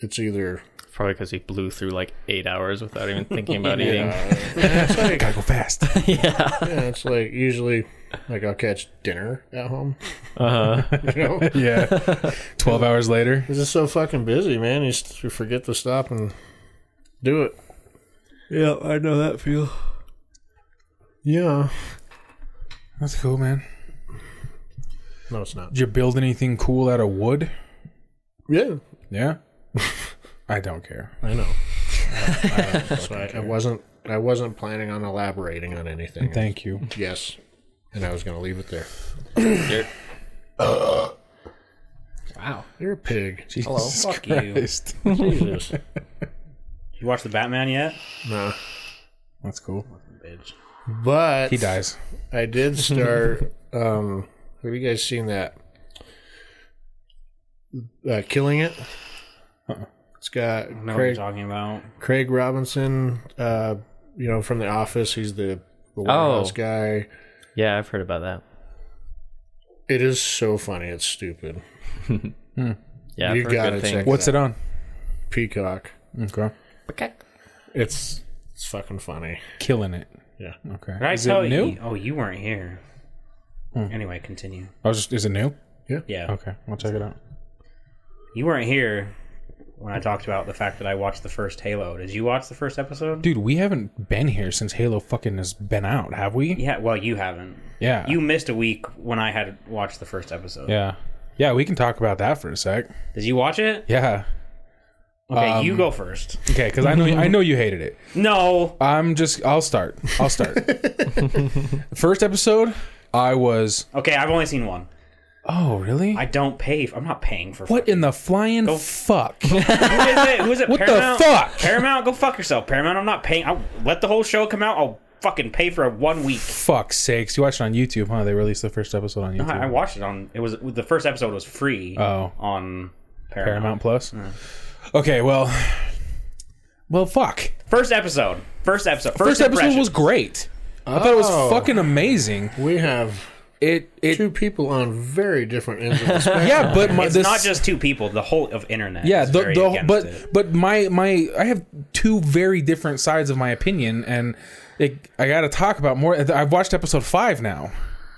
S2: it's either.
S5: Probably because he blew through like eight hours without even thinking about eating.
S2: Uh, it's like,
S1: Gotta go fast.
S2: yeah, it's like usually, like I'll catch dinner at home. Uh-huh. you know?
S1: yeah. Twelve hours later.
S2: It's just so fucking busy, man. You, s- you forget to stop and do it.
S5: Yeah, I know that feel.
S2: Yeah.
S1: That's cool, man.
S2: No, it's not.
S1: Did you build anything cool out of wood?
S2: Yeah,
S1: Yeah. I don't care.
S2: I know. so I, I wasn't. I wasn't planning on elaborating on anything.
S1: Thank you.
S2: yes, and I was going to leave it there.
S4: Wow.
S2: You're a pig.
S1: Jesus
S4: Fuck
S1: Christ.
S2: Jesus.
S4: You watched the Batman yet?
S2: no.
S1: That's cool.
S4: Bitch.
S2: But
S1: He dies.
S2: I did start. um Have you guys seen that? Uh, Killing it. It's got
S4: I know what you're
S2: Craig
S4: talking about.
S2: Craig Robinson, uh, you know, from The Office. He's the, the warehouse guy.
S5: Yeah, I've heard about that.
S2: It is so funny. It's stupid.
S5: Yeah, I've
S2: You
S5: heard
S2: gotta
S5: good things.
S2: check
S1: What's it on?
S2: Peacock.
S1: Okay.
S2: It's it's fucking funny.
S1: Killing it.
S2: Yeah.
S1: Okay.
S4: Did I
S1: is
S4: tell
S1: it new?
S4: You, oh, you weren't here. Anyway, continue.
S1: I was Oh, just is it new?
S4: Yeah.
S1: Okay. I'll check it out.
S4: You weren't here when I talked about the fact that I watched the first Halo. Did you watch the first episode?
S1: Dude, we haven't been here since Halo fucking has been out, have we?
S4: Yeah, well, you haven't.
S1: Yeah.
S4: You missed a week when I had watched the first episode.
S1: Yeah. Yeah, we can talk about that for a sec.
S4: Did you watch it?
S1: Yeah.
S4: Okay,
S1: Um,
S4: you go first.
S1: Okay, because I know I know you hated it.
S4: No.
S1: I'm just. I'll start. I'll start. First episode, I was.
S4: Okay, I've only seen one.
S1: Oh, really?
S4: I don't pay. I'm not paying for.
S1: what in the flying fuck?
S4: Who is it? Who is it?
S1: What the
S4: Paramount?
S1: fuck?
S4: Paramount, go fuck yourself. Paramount, I'm not paying. I'll let the whole show come out. I'll fucking pay for it one week.
S1: Fuck's sakes! You watched it on YouTube, huh? They released the first episode on YouTube.
S4: I I watched it on. It was the first episode was free.
S1: Oh.
S4: on Paramount.
S1: Paramount Plus. Okay, well, well, fuck.
S4: First episode. First episode. First,
S1: First episode was
S4: impressions.
S1: great. I thought it
S2: Oh.
S1: was fucking amazing.
S2: We have
S1: It it
S2: two people on very different ends of the spectrum.
S1: yeah, but my,
S4: It's
S1: this,
S4: not just two people. The whole of internet.
S1: yeah
S4: is
S1: the,
S4: very
S1: the
S4: against
S1: but
S4: it.
S1: but my my I have two very different sides of my opinion, and it, I got to talk about more. I've watched episode five now.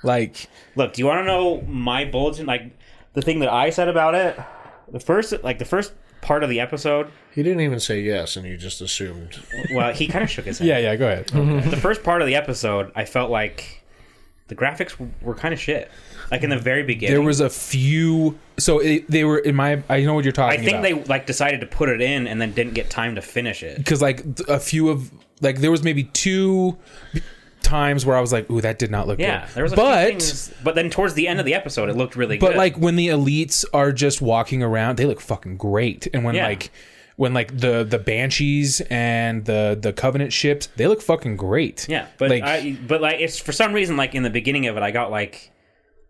S1: Like
S4: Look, do you want to know my bulletin? Like the thing that I said about it. The first, like the first part of the episode.
S2: He didn't even say yes, and you just assumed.
S4: Well, he kind of shook his head.
S1: yeah yeah go ahead.
S4: the first part of the episode, I felt like the graphics w- were kind of shit. Like in the very beginning,
S1: There was a few. So it, they were in my. I know what you're
S4: I
S1: talking.
S4: think
S1: about.
S4: they like decided to put it in and then didn't get time to finish it.
S1: because like th- a few of like there was maybe two times where I was like, "Ooh, that did not look
S4: Yeah,
S1: good."
S4: there was a few
S1: but
S4: things- but then towards the end of the episode, it looked really
S1: but
S4: good.
S1: like when the elites are just walking around, they look fucking great. And when
S4: Yeah.
S1: like when like the the banshees and the the covenant ships, they look fucking great.
S4: yeah, but
S1: like
S4: I, but like it's for some reason like in the beginning of it, I got like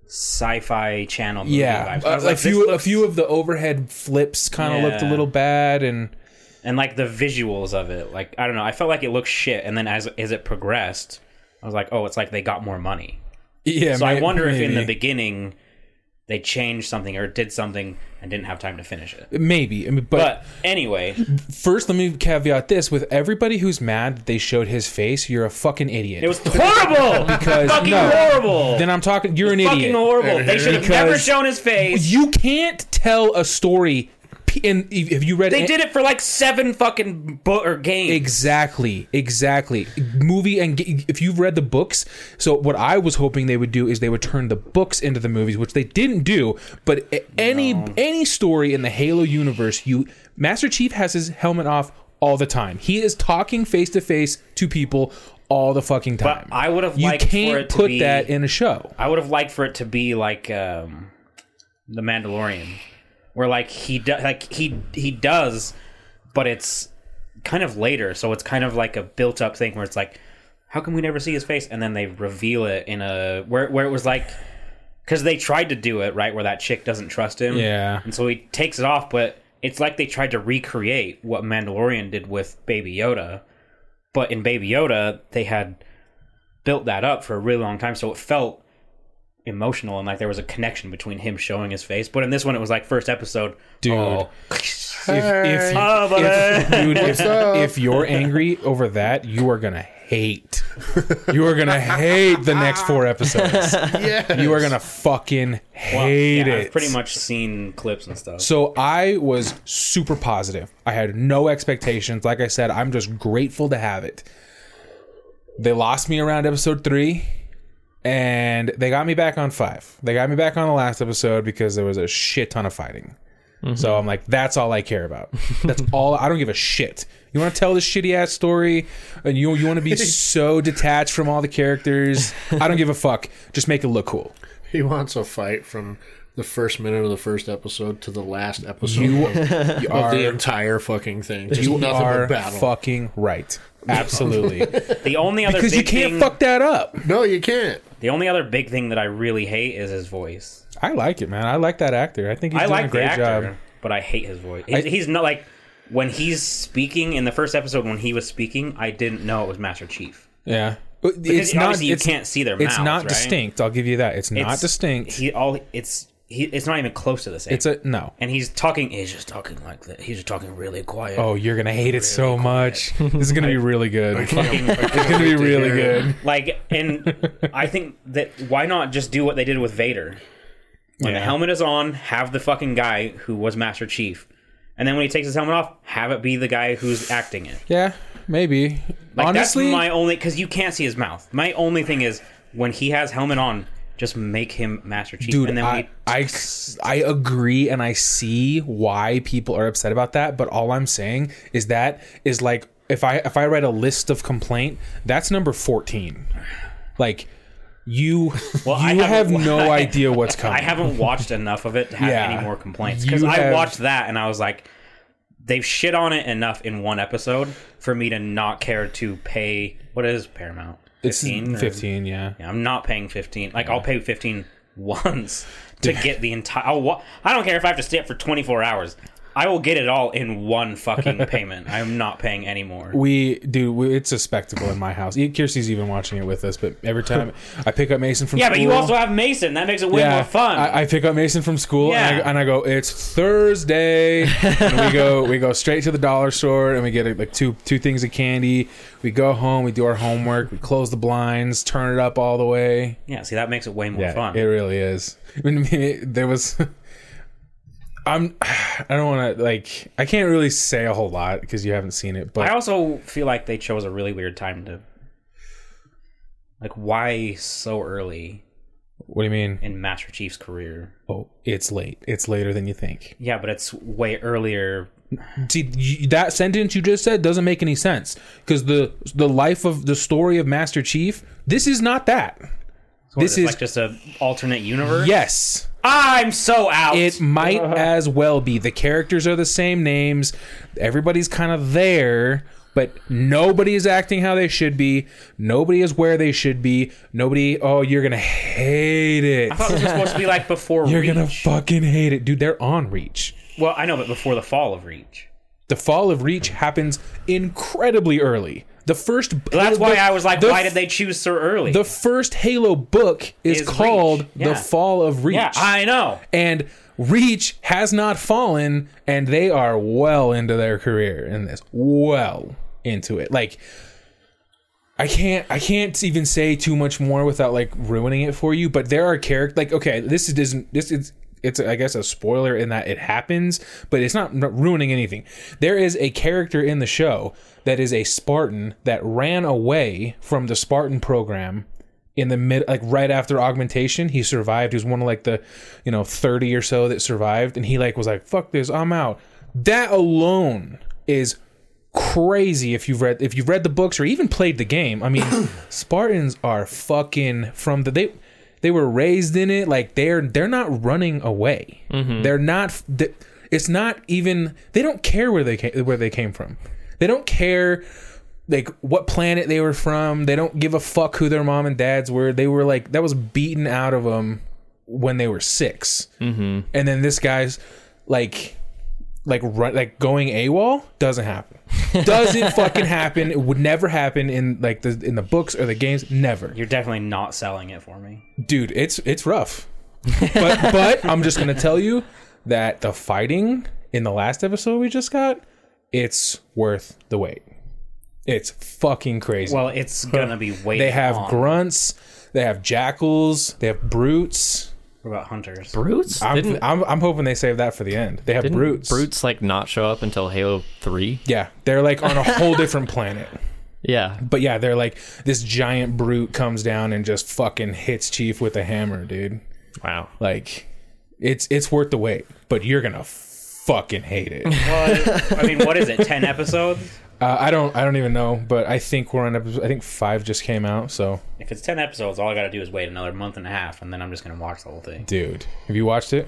S4: sci-fi channel movie
S1: yeah, Uh,
S4: vibes. I
S1: a,
S4: was
S1: a
S4: like, this
S1: few a
S4: looks-
S1: few of the overhead flips kind of looked a
S4: Yeah.
S1: little bad and.
S4: and like the visuals of it, like I don't know, I felt like it looked shit. And then as as it progressed, I was like, oh, it's like they got more money.
S1: Yeah,
S4: So I
S1: may-
S4: wonder if in the
S1: maybe.
S4: beginning they changed something or did something and didn't have time to finish it.
S1: maybe, I mean, but
S4: But anyway,
S1: first, let me caveat this: with everybody who's mad that they showed his face, you're a fucking idiot.
S4: it was horrible.
S1: Because,
S4: fucking
S1: no.
S4: horrible.
S1: Then I'm talking. You're an
S4: fucking
S1: idiot.
S4: horrible. They should have never
S1: Because-
S4: shown his face.
S1: You can't tell a story. p- And if if you read,
S4: They did it for like seven fucking bo- or games.
S1: exactly, exactly. Movie and g- if you've read the books, so what I was hoping they would do is they would turn the books into the movies, which they didn't do. But a- any any story in the Halo universe, you Master Chief has his helmet off all the time. He is talking face to face to people all the fucking time.
S4: I would have
S1: you
S4: liked
S1: can't
S4: for it to
S1: put
S4: be-
S1: that in a show.
S4: I would have liked for it to be like um, the Mandalorian, where like he do- like he he does, but it's kind of later, so it's kind of like a built up thing where it's like, how come we never see his face? And then they reveal it in a where where it was like. Because they tried to do it right where that chick doesn't trust him,
S1: Yeah.
S4: and so he takes it off. But it's like they tried to recreate what Mandalorian did with Baby Yoda, but in Baby Yoda they had built that up for a really long time, so it felt emotional and like there was a connection between him showing his face. But in this one, it was like first episode,
S1: Dude.
S4: oh,
S1: if, if, you-
S4: Oh, but-
S1: if- dude, if, if you're angry over that, you are gonna hate. You are gonna hate the next four episodes.
S2: Yeah,
S1: You are gonna fucking
S4: well,
S1: hate
S4: yeah, I've
S1: it.
S4: pretty much seen clips and stuff.
S1: So I was super positive. I had no expectations. Like I said, I'm just grateful to have it. They lost me around episode three, and they got me back on five. They got me back on the last episode because there was a shit ton of fighting.
S2: Mm-hmm.
S1: So I'm like, that's all I care about. That's all. I don't give a shit. You want to tell this shitty ass story, and you you want to be so detached from all the characters. I don't give a fuck. Just make it look cool.
S2: He wants a fight from the first minute of the first episode to the last episode
S1: You,
S2: of,
S1: you
S2: of
S1: are
S2: the entire fucking thing. Just
S1: you
S2: nothing
S1: are
S2: but battle.
S1: fucking right. Absolutely.
S4: the only other
S1: because
S4: big
S1: you can't
S4: thing,
S1: fuck that up.
S2: No, you can't.
S4: the only other big thing that I really hate is his voice.
S1: I like it, man. I like that actor. I think he's
S4: I
S1: doing
S4: like
S1: a great
S4: the actor,
S1: job.
S4: but I hate his voice. He's,
S1: I-
S4: he's not like when he's speaking in the first episode when he was speaking. I didn't know it was Master Chief.
S1: Yeah. But It's not.
S4: obviously you
S1: it's,
S4: can't see their
S1: It's
S4: mouths,
S1: not
S4: right?
S1: distinct. I'll give you that. It's, not
S4: It's-
S1: distinct.
S4: He all it's he, it's not even close to the same.
S1: it's a no.
S4: and he's talking. He's just talking like that. He's just talking really quiet.
S1: Oh, you're gonna hate it so much. This is gonna be really good. It's gonna be really good.
S4: Like, and I think that why not just do what they did with Vader? When the
S1: Yeah.
S4: helmet is on, have the fucking guy who was Master Chief, and then when he takes his helmet off, have it be the guy who's acting it.
S1: Yeah, maybe.
S4: Like,
S1: Honestly,
S4: that's my only because you can't see his mouth. My only thing is when he has helmet on, Just make him Master Chief,
S1: Dude,
S4: and then
S1: I, I, s- I agree and I see why people are upset about that, but all I'm saying is that is like if I if I write a list of complaint, that's number 14. Like you
S4: Well, I
S1: you have
S4: haven't-
S1: no idea what's
S4: we,
S1: coming.
S4: I haven't watched enough of it to have
S1: Yeah.
S4: any more complaints because
S1: You
S4: I
S1: have-
S4: watched that and I was like, they've shit on it enough in one episode for me to not care to pay. What is Paramount?
S1: it's
S4: 15
S1: 15,
S4: or-
S1: yeah.
S4: Yeah, I'm not paying 15. Like I'll pay 15 once to get the entire. I'll wa- I don't care if I have to stay up for 24 hours. I will get it all in one fucking payment. I'm not paying any more.
S1: We do. We, it's a spectacle in my house. E- Kirsty's even watching it with us. But every time I pick up Mason from
S4: yeah,
S1: school,
S4: but you also have Mason. That makes it way
S1: yeah,
S4: more fun.
S1: I, I pick up Mason from school and,
S4: Yeah.
S1: I, and I go, it's Thursday, and we go we go straight to the dollar store and we get like two two things of candy. We go home, we do our homework, we close the blinds, turn it up all the way.
S4: yeah, see, that makes it way more
S1: Yeah,
S4: fun.
S1: it really is. I mean, there was. I'm. I don't want to like. I can't really say a whole lot because you haven't seen it. But
S4: I also feel like they chose a really weird time to. Like, why so early
S1: what do you mean?
S4: in Master Chief's career?
S1: Oh, it's late. It's later than you think.
S4: Yeah, but it's way earlier.
S1: See, you, that sentence you just said doesn't make any sense because the the life of the story of Master Chief. This is not that.
S4: What
S1: This
S4: is it,
S1: is
S4: like just a alternate universe.
S1: yes.
S4: I'm so out.
S1: It might as well be. The characters are the same names. Everybody's kind of there, but nobody is acting how they should be. Nobody is where they should be. Nobody. Oh, you're gonna hate it.
S4: I thought this was supposed to be like before
S1: You're
S4: Reach.
S1: gonna fucking hate it, dude. They're on Reach.
S4: Well, I know, but before the fall of Reach.
S1: the fall of Reach happens incredibly early. The first
S4: That's
S1: the-
S4: why I was like,
S1: the-
S4: why did they choose so early?
S1: The first Halo book is,
S4: Is
S1: called
S4: Reach, yeah.
S1: The Fall of Reach.
S4: yeah, I know.
S1: and Reach has not fallen and they are well into their career in this. Well into it. Like I can't I can't even say too much more without like ruining it for you, but there are character like okay, this is- isn't this is it's I guess a spoiler in that it happens, but it's not r- ruining anything. There is a character in the show that is a Spartan that ran away from the Spartan program in the mid like right after augmentation he survived he was one of like the you know 30 or so that survived and he like was like fuck this i'm out that alone is crazy if you've read if you've read the books or even played the game i mean spartans are fucking from the they they were raised in it like they're they're not running away they're not th- it's not even they don't care where they came where they came from they don't care like what planet they were from. They don't give a fuck who their mom and dads were. They were like that was beaten out of them when they were 6 mm-hmm. and then this guy's like, like run, like going AWOL doesn't happen. Doesn't fucking happen. It would never happen in like the in the books or the games. Never,
S4: You're definitely not selling it for me.
S1: dude. It's it's rough. But but I'm just gonna tell you that the fighting in the last episode we just got, it's worth the wait. It's fucking crazy.
S4: Well, it's gonna be way.
S1: They have
S4: long.
S1: grunts. They have jackals. They have brutes.
S4: What about hunters?
S5: Brutes?
S1: I'm,
S5: didn't
S1: I'm, I'm hoping they save that for the end. They have
S5: didn't
S1: brutes.
S5: Brutes like not show up until Halo Three?
S1: Yeah, they're like on a whole different planet.
S5: Yeah,
S1: But yeah, they're like this giant brute comes down and just fucking hits Chief with a hammer, dude.
S5: wow.
S1: Like, it's it's worth the wait. But you're gonna fucking hate it.
S4: Well, I mean, what is it? Ten episodes?
S1: uh, I don't I don't even know, but I think we're on episode. I think five just came out. So,
S4: If it's ten episodes, all I gotta do is wait another month and a half, and then I'm just gonna watch the whole thing.
S1: dude, have you watched it?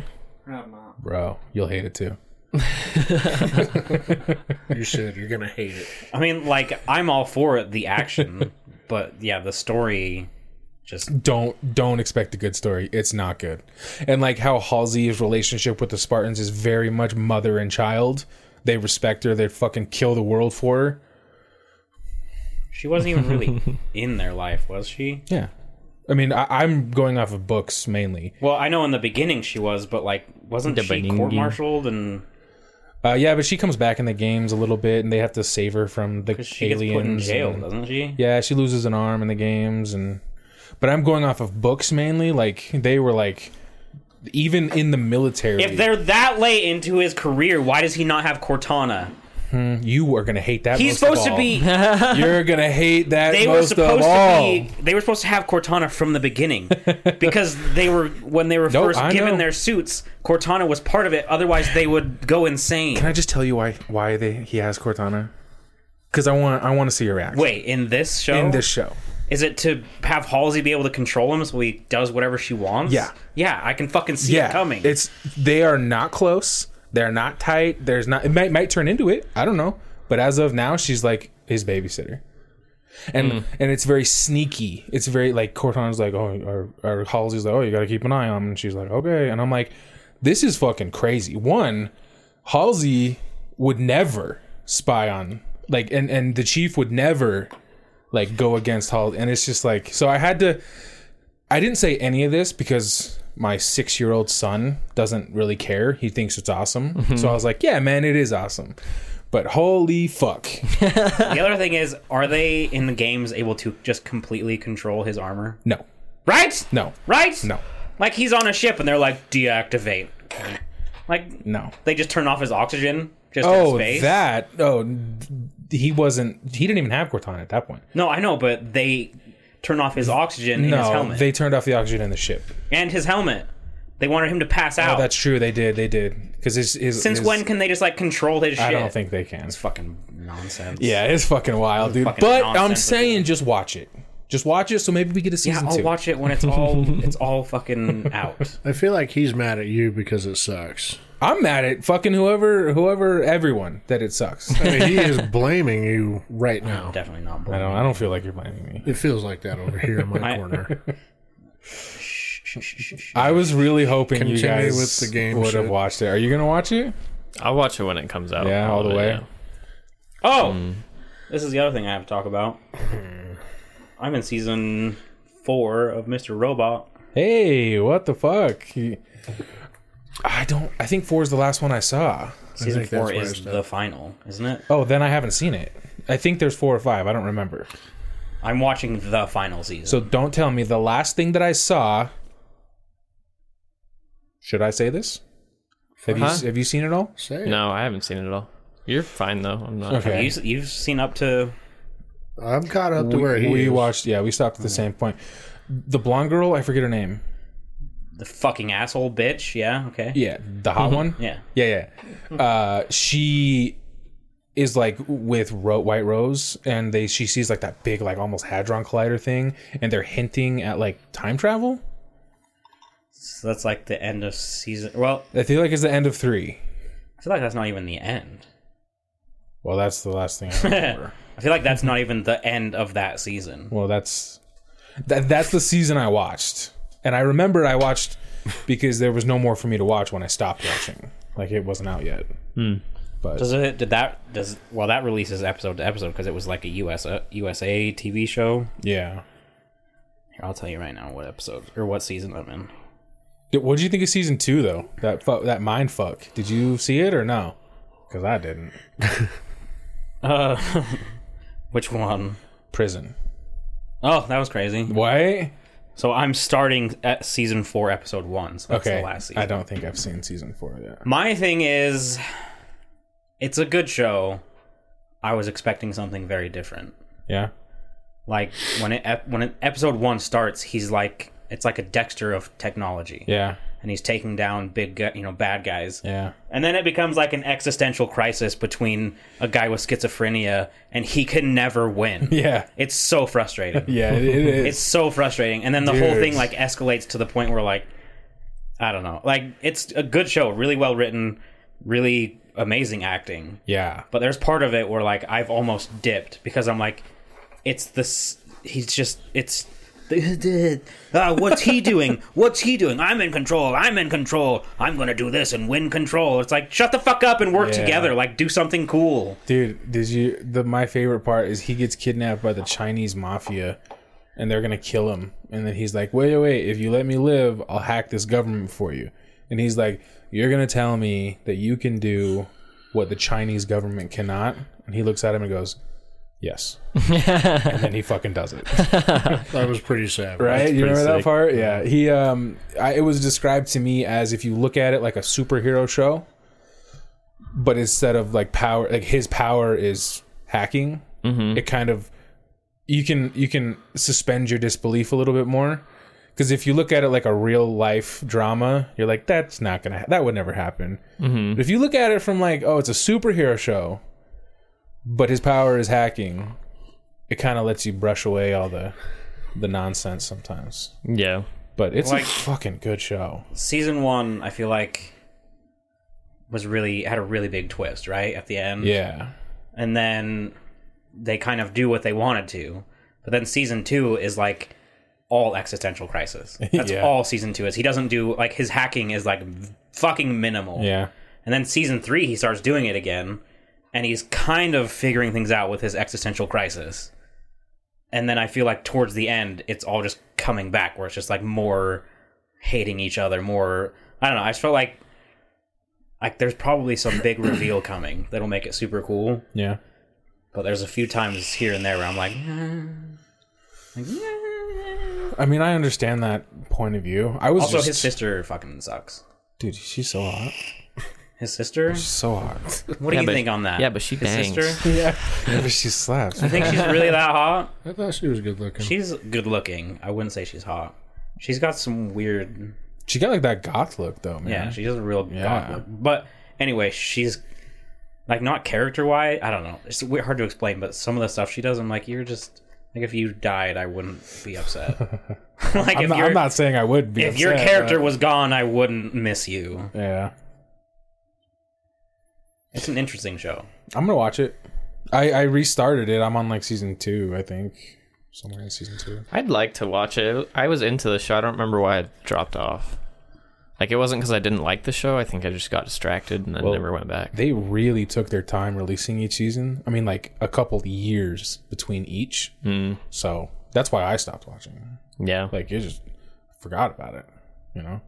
S1: Bro, you'll hate it too.
S2: You should. You're gonna hate it.
S4: I mean, like I'm all for it, the action, but yeah, the story. Just
S1: don't don't expect a good story. It's not good. And like how Halsey's relationship with the Spartans is very much mother and child. They respect her. They fucking kill the world for her.
S4: she wasn't even really in their life, was she?
S1: Yeah. I mean, I, I'm going off of books mainly.
S4: Well, I know in the beginning she was, but like, wasn't
S5: The
S4: she
S5: beginning.
S4: court martialed and
S1: Uh, yeah, but she comes back in the games a little bit, and they have to save her from the
S4: she
S1: aliens.
S4: gets put in jail,
S1: and-
S4: doesn't she?
S1: yeah, she loses an arm in the games, and but I'm going off of books mainly. Like they were like, even in the military,
S4: If they're that late into his career, why does he not have Cortana?
S1: You are gonna hate that.
S4: He's
S1: most of
S4: supposed to
S1: all.
S4: be.
S1: You're gonna hate that
S4: They were
S1: most
S4: supposed
S1: of
S4: to
S1: all.
S4: be. They were supposed to have Cortana from the beginning because they were when they were
S1: Nope,
S4: first
S1: I
S4: given
S1: know.
S4: their suits. Cortana was part of it. Otherwise, they would go insane.
S1: Can I just tell you why why they he has Cortana? Because I want I want to see your reaction
S4: Wait, in this show,
S1: in this show.
S4: is it to have Halsey be able to control him so he does whatever she wants?
S1: Yeah.
S4: yeah, I can fucking see
S1: Yeah,
S4: it coming.
S1: It's they are not close. They're not tight. There's not. It might might turn into it. I don't know. But as of now, she's like his babysitter, and
S4: Hmm.
S1: and it's very sneaky. It's very like Cortana's like oh or, or Halsey's like oh you got to keep an eye on him, and she's like okay, and I'm like this is fucking crazy. One, Halsey would never spy on like and and the chief would never like go against Halsey, and it's just like so I had to. I didn't say any of this because my six year old son doesn't really care. He thinks it's awesome.
S4: Mm-hmm.
S1: So I was like, yeah, man, it is awesome. But holy fuck.
S4: the other thing is, are they in the games able to just completely control his armor?
S1: No,
S4: Right?
S1: no,
S4: Right?
S1: no,
S4: Like he's on a ship and they're like deactivate. Like
S1: no.
S4: they just turn off his oxygen just in
S1: Oh,
S4: space.
S1: that. Oh, th- he wasn't. He didn't even have Cortana at that point.
S4: No, I know, but they turn off his oxygen in his
S1: No,
S4: helmet
S1: they turned off the oxygen in the ship.
S4: and his helmet. They wanted him to pass out.
S1: Oh, that's true. They did. They did. Because his, his
S4: Since
S1: his-
S4: when can they just like control his shit?
S1: I don't think they can.
S4: it's fucking nonsense.
S1: Yeah, it's fucking wild, dude.
S4: fucking
S1: but I'm
S4: nonsense.
S1: saying, just watch it. Just watch it. So maybe we get a
S4: Yeah, oh,
S1: season
S4: I'll
S1: two.
S4: watch it when it's all it's all fucking out.
S2: I feel like he's mad at you because it sucks.
S1: I'm mad at fucking whoever, whoever, everyone that it sucks.
S2: I mean, he is blaming you right now.
S4: Definitely not.
S1: I
S4: Blue.
S1: don't. I don't feel like you're blaming me.
S2: It feels like that over here in my
S4: I-
S2: corner.
S1: I was really hoping you
S2: Continue
S1: guys
S2: with the game
S1: would have
S2: shit.
S1: watched it. Are you gonna watch it?
S5: I'll watch it when it comes out.
S1: Yeah, all the
S5: Probably,
S1: way.
S5: yeah.
S4: Oh, this is the other thing I have to talk about. I'm in season four of Mr. Robot.
S1: Hey, what the fuck? He- I don't. I think four is the last one I saw.
S4: Season
S2: think that's
S4: four
S2: where I
S4: is
S2: stopped.
S4: the final, isn't it?
S1: Oh, then I haven't seen it. I think there's four or five. I don't remember.
S4: I'm watching the final season.
S1: So don't tell me the last thing that I saw. Should I say this? Have
S5: Huh?
S1: you Have you seen it all?
S2: Say it.
S5: No, I haven't seen it at all. You're fine though. I'm not.
S1: Okay.
S4: you, you've seen up to
S2: I'm caught up to
S1: we,
S2: where he
S1: we
S2: is.
S1: watched. Yeah, we stopped at the same point. The blonde girl. I forget her name.
S4: the fucking asshole bitch. Yeah. Okay.
S1: Yeah, the hot one.
S4: Yeah.
S1: Yeah, yeah. Uh, she is like with Ro- White Rose, and they she sees like that big like almost hadron collider thing, and they're hinting at like time travel.
S4: So that's like the end of season. Well,
S1: I feel like it's the end of three.
S4: I feel like that's not even the end.
S1: Well, that's the last thing. I remember.
S4: I feel like that's not even the end of that season.
S1: well, that's that that's the season I watched, and I remembered I watched because there was no more for me to watch when I stopped watching. Like it wasn't out yet.
S4: Does it? Did that? Does well that releases episode to episode because it was like a US uh, USA TV show.
S1: Yeah.
S4: Here, I'll tell you right now what episode or what season I'm in.
S1: Did- What did you think of season two though? That fu- that mind fuck. Did you see it or no? Because I didn't.
S4: Uh, which one?
S1: Prison.
S4: Oh, that was crazy.
S1: What?
S4: So I'm starting at season four, episode one. So that's
S1: Okay.
S4: the last season.
S1: I don't think I've seen season four yet.
S4: My thing is, it's a good show. I was expecting something very different.
S1: Yeah.
S4: Like when it ep- when it, episode one starts, he's like it's like a Dexter of technology,
S1: Yeah.
S4: and he's taking down big gu- you know bad guys.
S1: Yeah.
S4: And then it becomes like an existential crisis between a guy with schizophrenia and he can never win.
S1: Yeah.
S4: It's so frustrating.
S1: Yeah. It, it is.
S4: It's so frustrating. And then the whole
S1: Dude.
S4: thing like escalates to the point where like I don't know. Like it's a good show, really well written, really amazing acting.
S1: yeah.
S4: But there's part of it where like I've almost dipped because I'm like it's this he's just it's uh, what's he doing? What's he doing? I'm in control. I'm in control. I'm gonna do this and win control. It's like shut the fuck up and work
S1: Yeah.
S4: together. Like do something cool.
S1: Dude, did you? The my favorite part is he gets kidnapped by the Chinese mafia, and they're gonna kill him. And then he's like, "Wait, wait! If you let me live, I'll hack this government for you." And he's like, "You're gonna tell me that you can do what the Chinese government cannot?" And he looks at him and goes, "Yes." and then he fucking does it.
S2: That was pretty sad.
S1: right? You
S5: pretty
S1: remember that
S5: sick.
S1: part? Yeah. He um I, it was described to me as if you look at it like a superhero show, but instead of like power, like his power is hacking. It kind of you can you can suspend your disbelief a little bit more because if you look at it like a real life drama, you're like, that's not gonna, ha- that would never happen. But if you look at it from like, oh, it's a superhero show, but his power is hacking, it kind of lets you brush away all the the nonsense sometimes.
S5: Yeah.
S1: But it's
S4: Like-
S1: a fucking good show.
S4: season one, I feel like was really had a really big twist right at the end.
S1: Yeah,
S4: and then they kind of do what they wanted to. But then season two is like all existential crisis. That's
S1: Yeah.
S4: all season two is. He doesn't do like his hacking is like v- fucking minimal.
S1: yeah,
S4: And then season three, he starts doing it again, and he's kind of figuring things out with his existential crisis. And then I feel like towards the end, it's all just coming back, where it's just like more hating each other, more. I don't know. I just felt like like there's probably some big reveal coming that'll make it super cool.
S1: yeah.
S4: But there's a few times here and there where I'm like,
S1: I mean, I understand that point of view. I was
S4: also
S1: just,
S4: his sister fucking sucks.
S1: dude, she's so hot,
S4: His sister?
S1: so hot.
S4: What do you think on that?
S5: yeah, but she
S4: his
S5: bangs.
S4: sister?
S1: yeah, but she slaps.
S4: I think she's really that hot.
S2: I thought she was good looking.
S4: She's good looking. I wouldn't say she's hot. She's got some weird.
S1: She got like that goth look though, man.
S4: Yeah, she has a real
S1: Yeah.
S4: god look. But anyway, she's like not character wise. I don't know. It's weird, hard to explain. But some of the stuff she does, I'm like, you're just like if you died, I wouldn't be upset. like
S1: I'm,
S4: if
S1: not,
S4: your
S1: I'm not saying I would be.
S4: if your
S1: upset,
S4: character was gone, I wouldn't miss you.
S1: but- yeah,
S4: It's an interesting show.
S1: I'm gonna watch it. I I restarted it. I'm on like season two, I think, somewhere in season two.
S5: I'd like to watch it. I was into the show. I don't remember why I dropped off. Like it wasn't because I didn't like the show. I think I just got distracted and then never went back.
S1: They really took their time releasing each season. I mean, like a couple years between each.
S4: Hmm.
S1: Mm. So that's why I stopped watching.
S5: yeah.
S1: Like you just forgot about it, you know.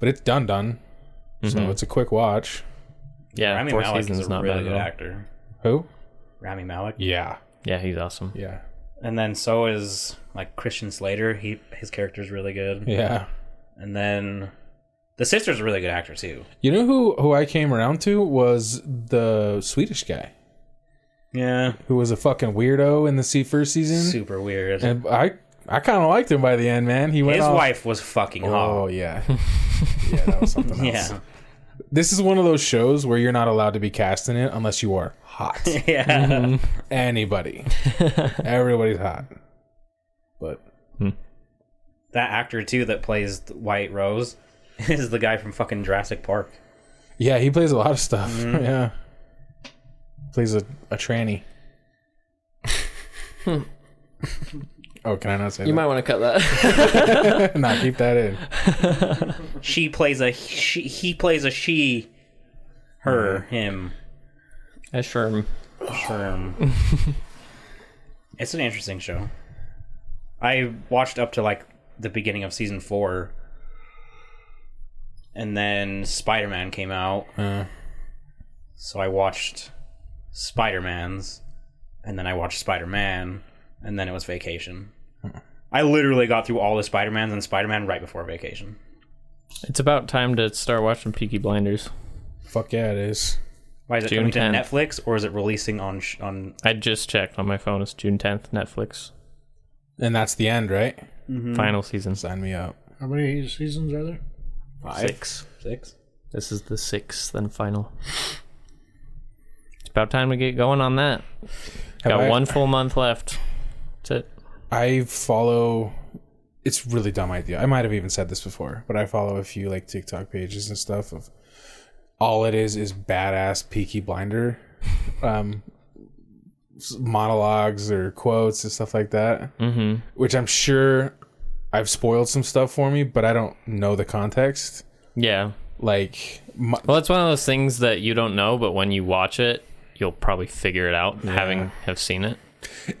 S1: But it's done, done.
S4: Mm-hmm.
S1: So it's a quick watch.
S5: yeah.
S4: Rami
S5: four
S4: Malek
S5: seasons
S4: is a
S5: not bad at
S4: really good
S5: all.
S4: actor.
S1: Who?
S4: Rami Malek,
S1: Yeah,
S5: Yeah, he's awesome.
S1: yeah,
S4: and then so is like Christian Slater. He his character's really good.
S1: yeah.
S4: And then the sister's a really good actor too.
S1: You know who who I came around to was the Swedish guy
S4: Yeah.
S1: who was a fucking weirdo in the se- first season.
S4: Super weird.
S1: And I I kind of liked him by the end, man. He went
S4: His
S1: off-
S4: wife was fucking
S1: Oh
S4: hot.
S1: yeah, yeah, that was something else.
S4: Yeah.
S1: This is one of those shows where you're not allowed to be cast in it unless you are hot.
S4: Yeah.
S5: Mm-hmm.
S1: Anybody, everybody's hot. But
S4: That actor too that plays White Rose is the guy from fucking Jurassic Park.
S1: yeah, he plays a lot of stuff. Yeah, plays a a tranny. oh, can I not say
S5: You
S1: that?
S5: might want to cut that.
S1: Nah, keep that in.
S4: She plays a she he plays a she her
S5: Mm-hmm.
S4: him
S5: I sure.
S4: term. it's an interesting show. I watched up to like the beginning of season four, and then Spider Man came out. So I watched Spider Man's, and then I watched Spider Man, and then it was vacation. I literally got through all the Spider Mans and Spider Man right before vacation.
S5: It's about time to start watching Peaky Blinders.
S1: Fuck yeah, it is.
S4: Why is it
S5: June
S4: coming to
S5: 10th.
S4: Netflix or is it releasing on sh- on?
S5: I just checked on my phone. It's June 10th, Netflix.
S1: And that's the end, right?
S4: Hmm.
S5: Final season.
S1: Sign me up.
S2: How many seasons are there?
S5: Six. Six. This is the sixth and final. It's about time to get going on that.
S1: Have
S5: Got
S1: I-
S5: one full month left. That's it.
S1: I follow. It's really dumb idea. I might have even said this before, but I follow a few like TikTok pages and stuff of all it is is badass Peaky Blinder um, s- monologues or quotes and stuff like that. Mm-hmm. Which I'm sure I've spoiled some stuff for me, but I don't know the context.
S5: Yeah.
S1: Like, my,
S5: Well, it's one of those things that you don't know, but when you watch it, you'll probably figure it out, having have seen it.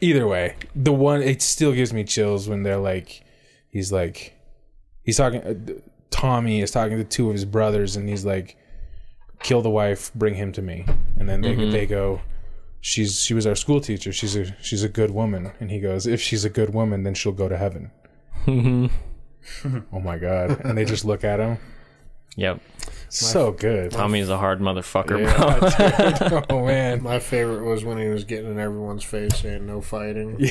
S1: either way, the one it still gives me chills when they're like, he's like, he's talking. Uh, th- Tommy is talking to two of his brothers, and he's like, "Kill the wife, bring him to me." And then they,
S4: Mm-hmm.
S1: they go, "She's she was our school teacher. She's a she's a good woman." And he goes, "If she's a good woman,
S4: Mm-hmm.
S1: then she'll go to heaven." oh my god! And they just look at him.
S5: Yep.
S1: so good.
S5: Tommy's a hard motherfucker, bro.
S1: oh man,
S2: My favorite was when he was getting in everyone's face saying no fighting. No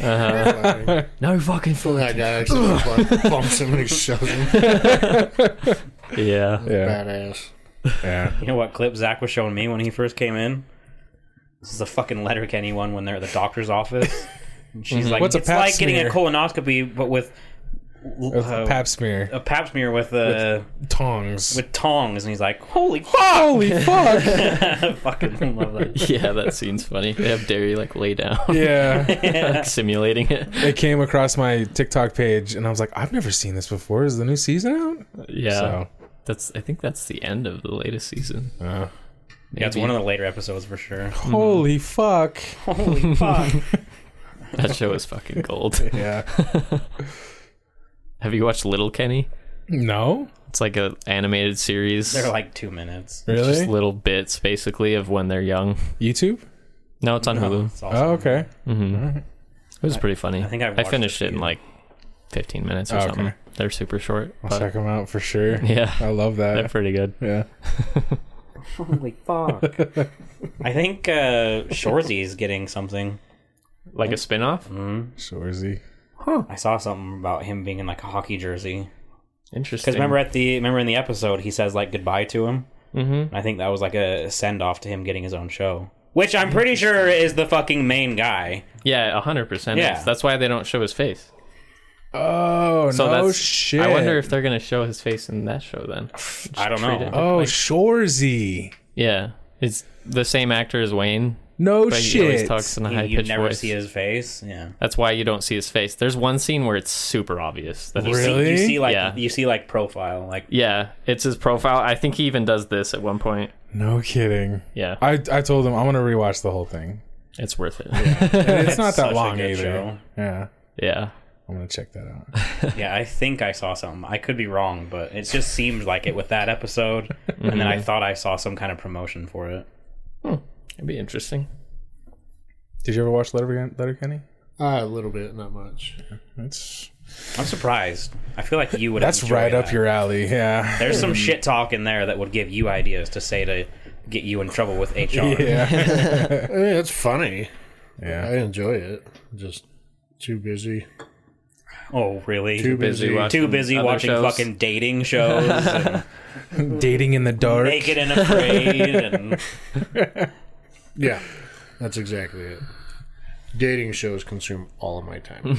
S2: fighting.
S5: No fucking
S2: Well, that guy actually just, like, bumps him and he shoves him.
S5: Yeah.
S1: yeah,
S2: Badass.
S1: yeah.
S4: You know what clip Zach was showing me when he first came in? This is a fucking letter Kenny one when they're at the doctor's office. And she's like,
S1: Mhm. What's a
S4: it's
S1: pap
S4: like getting
S1: smear?"
S4: a colonoscopy, but with l-
S1: With
S4: uh,
S1: Pap smear,
S4: a pap smear with uh,
S1: tongs.
S4: with tongs, and he's like, "Holy fuck!"
S1: Holy fuck!
S4: fucking love that.
S5: Yeah, that scene's funny. They have Derry like lay down,
S1: yeah,
S5: like simulating it.
S1: it came across my TikTok page, and I was like, I've never seen this before. Is the new season out?
S5: Yeah,
S1: So
S5: that's. I think that's the end of the latest season.
S4: Yeah, it's one of the later episodes for sure.
S1: Mm-hmm. holy fuck!
S4: Holy fuck!
S5: That show is fucking gold.
S1: Yeah.
S5: have you watched Little Kenny?
S1: No,
S5: It's like a animated series.
S4: They're like two minutes.
S1: really?
S5: just little bits, basically, of when they're young.
S1: YouTube?
S5: No, it's on Hulu. Mm-hmm.
S4: It's awesome.
S1: Oh, okay.
S5: It was pretty funny. I
S4: think I've
S5: I
S4: watched
S5: finished
S4: a
S5: it in
S4: few.
S5: like 15 minutes or
S1: Oh, Okay. Oh.
S5: something. They're super short,
S1: I'll
S5: but
S1: check them out for sure.
S5: Yeah.
S1: I love
S5: they're
S1: that.
S5: pretty good.
S1: Yeah.
S4: Holy fuck! I think uh, Shorzy is getting something.
S5: Like a spin-off?
S4: Mm-hmm.
S1: Shorzy.
S4: I saw something about him being in like a hockey jersey.
S5: Interesting.
S4: Because remember at the remember in the episode he says like goodbye to him. Mm-hmm. I think that was like a send off to him getting his own show, which I'm pretty sure is the fucking main guy.
S5: yeah, 100%.
S4: Yeah.
S5: is. That's why they don't show his face.
S1: Oh
S5: So
S1: no
S5: that's
S1: shit!
S5: I wonder if they're gonna show his face in that show then.
S4: I don't
S5: treat
S4: know.
S5: it.
S1: Oh Shorzy.
S5: Yeah. It's the same actor as Wayne,
S1: No
S5: but he always
S1: shit.
S5: talks in a
S4: You-
S5: high
S4: you
S5: pitched
S4: never
S5: voice.
S4: see his face. Yeah.
S5: That's why you don't see his face. There's one scene where it's super obvious that it's
S1: Really?
S4: You see like
S5: Yeah.
S4: you see like profile like
S5: Yeah, it's his profile. I think he even does this at one point.
S1: no kidding.
S5: Yeah.
S1: I I told him I want to rewatch the whole thing.
S5: It's worth it.
S1: And it's not
S4: such
S1: that
S4: a
S1: long
S4: good
S1: either.
S4: show.
S1: Yeah.
S5: yeah.
S1: I'm gonna check that out.
S4: Yeah, I think I saw something. I could be wrong, but it just seemed like it with that episode. And then
S5: Mm-hmm.
S4: I thought I saw some kind of promotion for it.
S5: Hmm. It'd be interesting.
S1: Did you ever watch Letter Letterkenny?
S2: Ah, a little bit, not much.
S1: That's
S4: I'm surprised. I feel like you would.
S1: that's
S4: enjoy
S1: right up
S4: that.
S1: your alley. Yeah.
S4: There's some shit talk in there that would give you ideas to say to get you in trouble with HR.
S1: Yeah.
S2: I mean, it's funny. I
S1: yeah.
S2: enjoy it. Just too busy.
S4: Oh, really?
S2: Too
S4: Too,
S5: Busy
S2: busy.
S5: watching
S4: busy
S5: other
S4: watching
S5: shows.
S4: fucking dating shows, and
S1: Dating in the dark.
S4: naked and afraid, and
S2: Yeah, that's exactly it. Dating shows consume all of my time.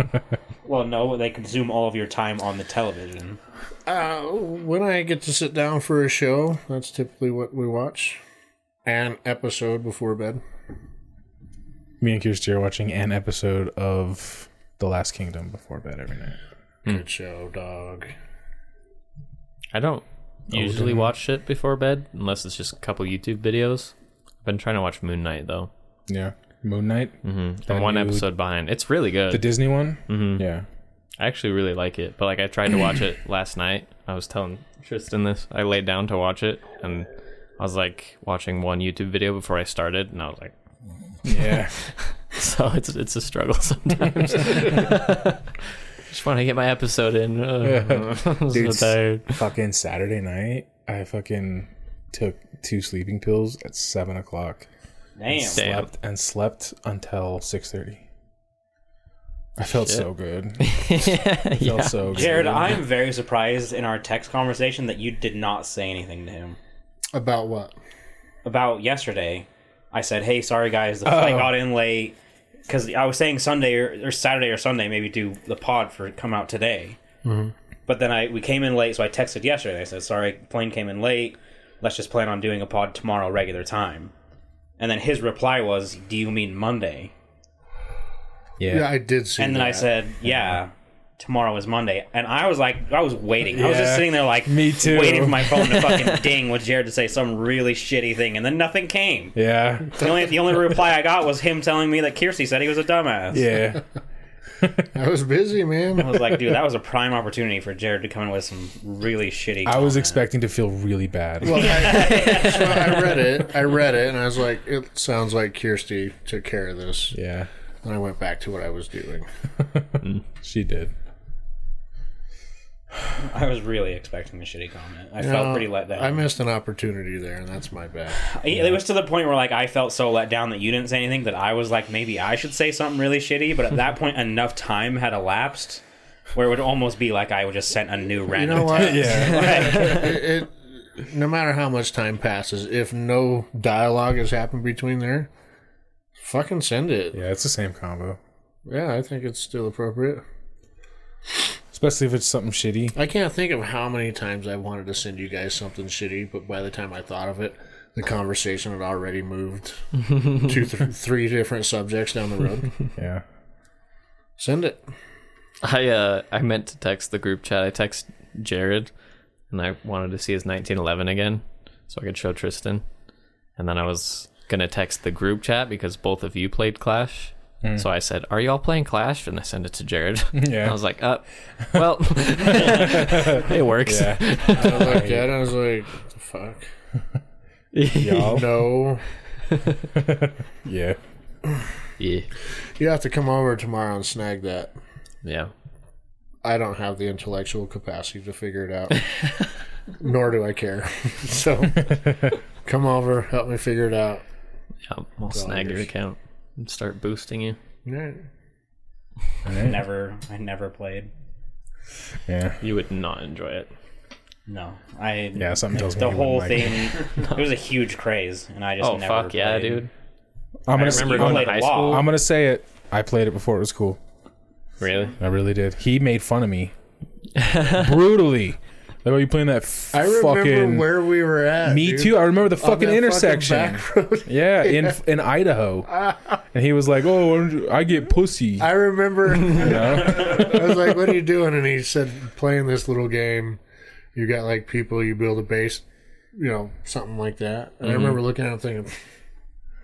S4: well, no, they consume all of your time on the television.
S2: Uh, when I get to sit down for a show, that's typically what we watch. An episode before bed.
S1: Me and Kirsty are watching an episode of The Last Kingdom before bed every night.
S2: Good show, dog.
S5: I don't usually watch shit before bed unless it's just a couple YouTube videos. I've been trying to watch Moon Knight though.
S1: Yeah. Moon Knight.
S5: I'm one
S1: new-
S5: episode behind. It's really good.
S1: The Disney one? Mm-hmm. Yeah.
S5: I actually really like it. But like I tried to watch it last night. I was telling Tristan this. I laid down to watch it and I was like watching one YouTube video before I started and I was like
S1: Yeah.
S5: so it's it's a struggle sometimes. just want to get my episode in. Ugh. I'm so
S1: Dude's-
S5: tired.
S1: fucking Saturday night, I fucking took two sleeping pills at seven o'clock.
S4: Damn.
S5: Damn.
S1: Slept and slept until six thirty. I felt so good. I felt
S5: yeah.
S1: so good.
S4: Jared, I'm very surprised in our text conversation that you did not say anything to him.
S2: About what?
S4: about yesterday. I said, "Hey, sorry guys, the
S1: Oh.
S4: flight got in late because I was saying Sunday or, or Saturday or Sunday maybe do the pod for come out today."
S1: Mm-hmm.
S4: But then I we came in late, so I texted yesterday. I said, "Sorry, plane came in late. Let's just plan on doing a pod tomorrow regular time." And then his reply was, "Do you mean Monday?"
S1: yeah.
S2: Yeah, I did see.
S4: And then I
S2: that.
S4: said, "Yeah." Tomorrow is Monday, and I was like, I was waiting. I was just
S1: Yeah.
S4: sitting there, like,
S1: Me too.
S4: waiting for my phone to fucking ding with Jared to say some really shitty thing, and then nothing came.
S1: yeah.
S4: The only the only reply I got was him telling me that Kiersey said he was a dumbass.
S1: Yeah.
S2: I was busy,
S4: I
S2: man.
S4: was like, dude, that was a prime opportunity for Jared to come in with some really shitty.
S1: I was
S4: comment.
S1: expecting to feel really bad.
S2: Well, I, Oh, so I read it. I read it, and I was like, "It sounds like Kirsty took care of this."
S1: yeah.
S2: And I went back to what I was doing.
S1: She did.
S4: I was really expecting the shitty comment. I felt
S2: No,
S4: pretty let down.
S2: I missed an opportunity there, and that's my bad.
S4: It was to the point where like I felt so let down that you didn't say anything that I was like maybe I should say something really shitty, but at that point enough time had elapsed where it would almost be like I would just sent a new
S2: You
S4: random.
S2: know what?
S1: Yeah.
S2: it, it, no matter how much time passes, if no dialogue has happened between there, fucking send it.
S1: Yeah, it's the same combo.
S2: Yeah, I think it's still appropriate.
S1: Especially if it's something shitty.
S2: I can't think of how many times I wanted to send you guys something shitty, but by the time I thought of it, the conversation had already moved two, th- three different subjects down the road.
S1: Yeah.
S2: Send it.
S5: I uh I meant to text the group chat. I text Jared, and I wanted to see his 1911 again, so I could show Tristan. And then I was gonna text the group chat because both of you played Clash. So I said, "Are y'all playing Clash?" And I sent it to Jared.
S1: Yeah.
S5: I was like, "Uh, well, it works."
S1: Yeah.
S2: I looked at it and I was like, the fuck?
S1: Y'all.
S2: No.
S1: Yeah.
S5: yeah,
S2: You have to come over tomorrow and snag that.
S5: yeah.
S2: I don't have the intellectual capacity to figure it out, nor do I care. so come over, help me figure it out.
S5: I'll, I'll snag your account and start boosting you.
S2: Yeah.
S4: Never, I never played.
S1: Yeah.
S5: You would not enjoy it.
S4: No, I
S1: Yeah, something tells me
S4: the
S1: he wouldn't
S4: whole
S1: like it.
S4: thing. It was a huge craze, and I just
S5: Oh
S4: never
S5: fuck yeah,
S4: played.
S5: dude!
S1: I'm
S5: I
S1: gonna
S5: remember
S1: I'm,
S5: going to
S4: played a
S5: high
S4: lot.
S5: school.
S1: I'm gonna say it. I played it before it was cool.
S5: really?
S1: I really did. He made fun of me brutally. Like, are you playing that f-
S2: I remember
S1: fucking?
S2: where we were at.
S1: me
S2: dude.
S1: too. I remember the
S2: On
S1: fucking
S2: that
S1: intersection.
S2: back road.
S1: yeah, in in Idaho. and he was like, "Oh, why don't you- I get pussy."
S2: I remember.
S1: you know?
S2: I was like, "What are you doing?" And he said, "Playing this little game. You got like people. You build a base. You know, something like that."
S1: Mm-hmm.
S2: And I remember looking at him thinking,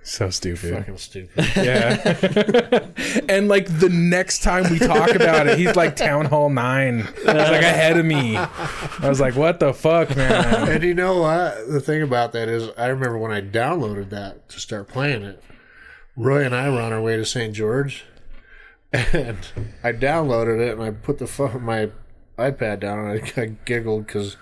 S1: so stupid.
S2: "Fucking stupid."
S1: Yeah. and like the next time we talk about it, he's like Town Hall 9. He's like ahead of me. I was like, what the fuck, man?
S2: and you know what? The thing about that is, I remember when I downloaded that to start playing it. Roy and I were on our way to St. George, and I downloaded it and I put the phone, my iPad down, and I, I giggled because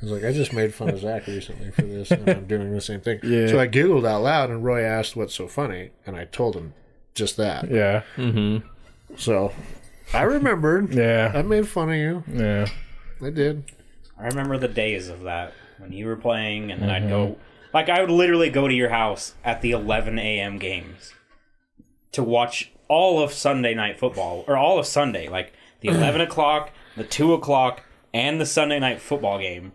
S2: I was like, I just made fun of Zach recently for this, and I'm doing the same thing.
S1: Yeah.
S2: So I giggled out loud, and Roy asked, "What's so funny?" And I told him just that.
S1: Yeah.
S2: So I remembered. I
S1: Yeah.
S2: made fun of you.
S1: Yeah.
S2: I did.
S4: I remember the days of that when you were playing, and then
S5: Mm-hmm.
S4: I'd go, like, I would literally go to your house at the 11 a.m. games to watch all of Sunday night football, or all of Sunday, like the 11 o'clock, the 2 o'clock, and the Sunday night football game.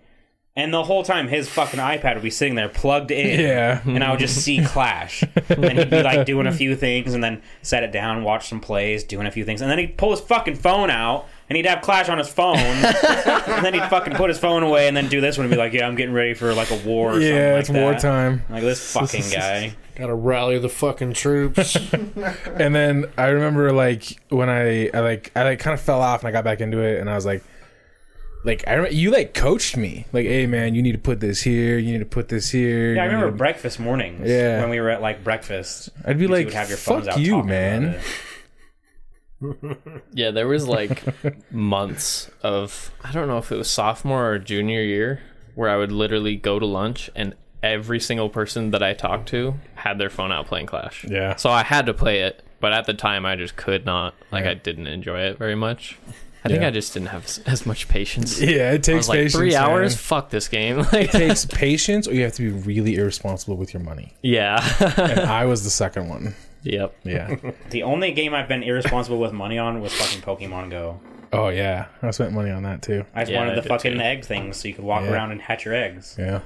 S4: And the whole time, his fucking iPad would be sitting there plugged in,
S1: Yeah.
S4: and I would just see Clash. and he'd be like doing a few things, and then set it down, watch some plays, doing a few things, and then he'd pull his fucking phone out, and he'd have Clash on his phone, and then he'd fucking put his phone away and then do this one and be like, "Yeah, I'm getting ready for like a war." Or something
S1: Yeah,
S4: like
S1: it's
S4: that.
S1: wartime.
S4: Like this fucking guy.
S2: Gotta rally the fucking troops.
S1: And then I remember like when I, I like I like kind of fell off and I got back into it and I was like like I remember you like coached me. Like, hey man, you need to put this here, you need to put this here.
S4: Yeah, I
S1: you
S4: remember
S1: need to-"
S4: breakfast mornings.
S1: Yeah.
S4: when we were at like breakfast,
S1: I'd be
S4: you two
S1: like,
S4: would
S1: "Fuck you,
S4: talking
S1: man."
S4: about it.
S5: Yeah, there was like months of I don't know if it was sophomore or junior year where I would literally go to lunch and every single person that I talked to had their phone out playing Clash.
S1: Yeah.
S5: So I had to play it, but at the time I just could not. Like I didn't enjoy it very much. I think
S1: Yeah.
S5: I just didn't have as, as much patience. I
S1: Yeah, it takes
S5: was like
S1: patience.
S5: three hours.
S1: man.
S5: Fuck this game. Like,
S1: It takes patience or you have to be really irresponsible with your money.
S5: yeah,
S1: And I was the second one.
S5: yep.
S1: Yeah.
S4: The only game I've been irresponsible with money on was fucking Pokemon Go.
S1: Oh yeah, I spent money on that too.
S4: I just
S5: Yeah, I
S4: wanted the
S5: did
S4: fucking
S5: too.
S4: egg things so you could walk
S1: Yeah.
S4: around and hatch your eggs.
S1: Yeah,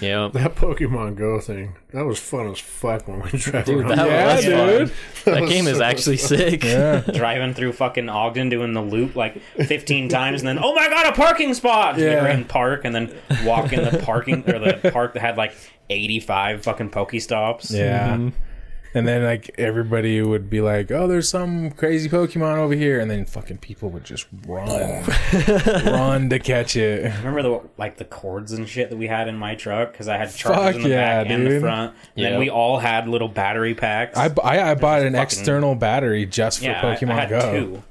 S5: Yep.
S2: That Pokemon Go thing, that was fun as fuck when we traveled.
S5: Dude,
S2: around.
S5: that
S1: yeah,
S5: was
S1: dude.
S5: fun. That game is actually sick.
S1: Yeah,
S4: Driving through fucking Ogden, doing the loop like 15 times, and then oh my god, a parking spot!
S1: Yeah.
S4: Yeah. We were in park, and then walk in the parking or the park that had like 85 fucking Pokestops.
S1: yeah. And then like everybody would be like, "Oh, there's some crazy Pokemon over here," and then fucking people would just run, run to catch it.
S4: Remember the like the cords and shit that we had in my truck because I had chargers
S1: Fuck
S4: in the
S1: yeah,
S4: back and the
S1: dude.
S4: front. And
S5: Yeah.
S4: Then we all had little battery packs.
S1: I, bu- I, I bought an
S4: fucking-
S1: external battery just for
S4: yeah, I- I
S1: Pokemon
S4: had
S1: Go.
S4: two.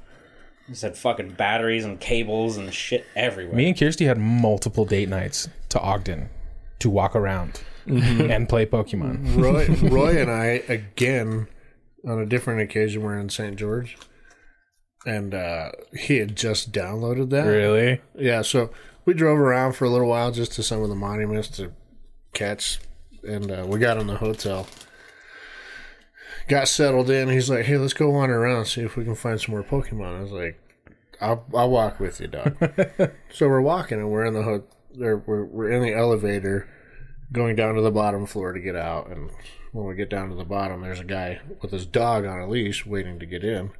S4: Just had fucking batteries and cables and shit everywhere.
S1: Me and Kirsty had multiple date nights to Ogden to walk around
S4: Mm-hmm.
S1: and play Pokemon.
S2: Roy, Roy and I again on a different occasion were in St. George, and uh, he had just downloaded that.
S1: Really?
S2: Yeah, so we drove around for a little while just to some of the monuments to catch, and uh, we got in the hotel. Got settled in. He's like, "Hey, let's go wander around and see if we can find some more Pokemon." I was like, "I'll, I'll walk with you, dog." so we're walking, and we're in the ho- there, we're, we're in the elevator, going down to the bottom floor to get out. And when we get down to the bottom, there's a guy with his dog on a leash waiting to get in.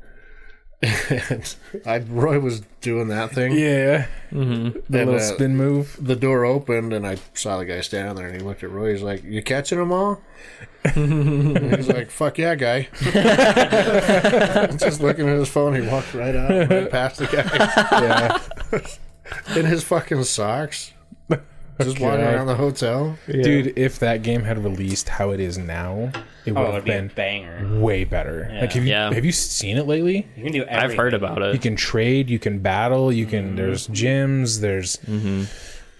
S2: and I, Roy was doing that thing.
S1: Yeah.
S4: Mm-hmm.
S1: The
S2: And,
S1: little
S2: uh,
S1: spin move.
S2: the door opened and I saw the guy standing there and he looked at Roy. He's like, "You catching them all?" And he's like, "Fuck yeah, guy!" Just looking at his phone, he walked right out, right past the guy
S1: Yeah.
S2: in his fucking socks, just
S1: Okay.
S2: walking around the hotel.
S1: Dude, if that game had released how it is now, it would
S4: Oh,
S1: have
S4: it'd be a
S1: been
S4: banger.
S1: way better. Like have you
S5: Yeah.
S1: have you seen it lately?
S4: You can do everything.
S5: I've heard about
S1: You
S5: it.
S1: can trade, you can battle, you can
S5: Mm-hmm.
S1: there's gyms, there's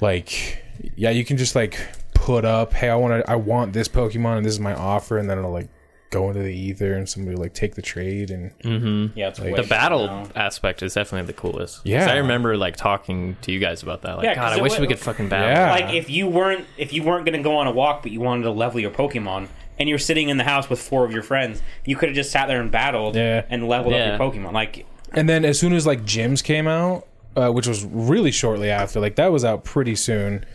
S1: like yeah, you can just like put up, hey, I want to I want this Pokemon and this is my offer and then it'll like go into the ether and somebody will, like take the trade and
S4: Yeah, it's
S5: The battle aspect is definitely the coolest. 'Cause
S1: Yeah.
S5: I remember like talking to you guys about that. Like,
S4: Yeah, 'cause
S5: God, I
S4: it
S5: wish
S4: wa-
S5: we could fucking battle.
S1: Yeah.
S4: Like if you weren't if you weren't gonna go on a walk, but you wanted to level your Pokemon, and you're sitting in the house with four of your friends, you could have just sat there and battled
S1: Yeah.
S4: and leveled
S5: Yeah.
S4: up your Pokemon. Like
S1: And then as soon as like gyms came out, uh, which was really shortly after, like that was out pretty soon.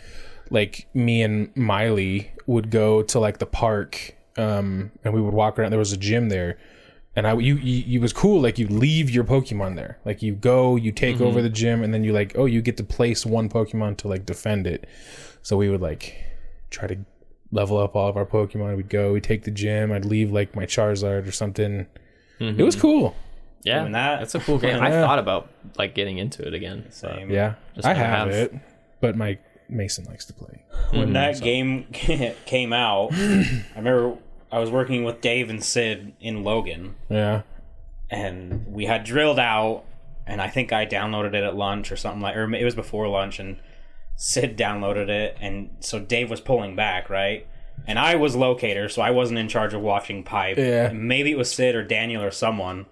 S1: Like me and Miley would go to like the park, um, and we would walk around. There was a gym there, and I you, you it was cool. Like you leave your Pokemon there. Like you go, you take over the gym, and then you like oh you get to place one Pokemon to like defend it. So we would like try to level up all of our Pokemon. We'd go, we'd take the gym. I'd leave like my Charizard or something. It was cool.
S5: Yeah,
S4: Doing that.
S5: that's a cool game. I thought about like getting into it again. So.
S4: same.
S1: Yeah,
S5: Just
S1: I
S5: don't
S1: have,
S5: have-
S1: it, but my Mason likes to play.
S4: when that game came out, I remember I was working with Dave and Sid in Logan,
S1: Yeah,
S4: and we had drilled out, and I think I downloaded it at lunch or something like, or it was before lunch, and Sid downloaded it, and so Dave was pulling back, right? And I was locator, so I wasn't in charge of watching pipe.
S1: Yeah.
S4: Maybe it was Sid or Daniel or someone.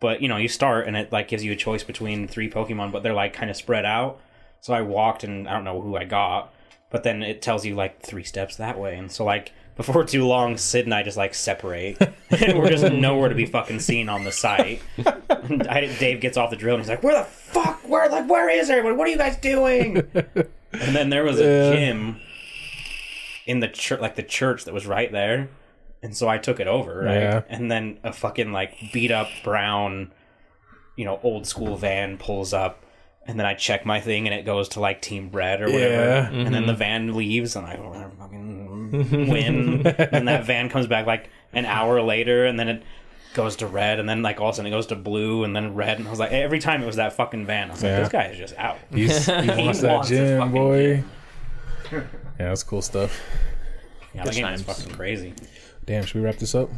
S4: But you know, you start and it like gives you a choice between three Pokemon, but they're like kind of spread out. So I walked and I don't know who I got, but then it tells you like three steps that way, and so like before too long, Sid and I just like separate, and we're just nowhere to be fucking seen on the site. And I, Dave gets off the drill and he's like, "Where the fuck? Where like where is everyone? What are you guys doing?" and then there was a gym in the church, like the church that was right there, and so I took it over, right?
S1: Yeah.
S4: And then a fucking like beat up brown, you know, old school van pulls up. And then I check my thing, and it goes to like Team Bread or whatever.
S1: Yeah.
S4: And then the van leaves, and I fucking win. and that van comes back like an hour later, and then it goes to red, and then like all of a sudden it goes to blue, and then red. And I was like, every time it was that fucking van. I was like,
S1: Yeah.
S4: this guy is just out.
S1: He's, he wants that
S4: wants his
S1: gym,
S4: fucking
S1: boy.
S4: gym.
S1: Yeah, that's cool stuff.
S4: Yeah, that game is
S5: times.
S4: fucking crazy.
S1: Damn, should we wrap this up?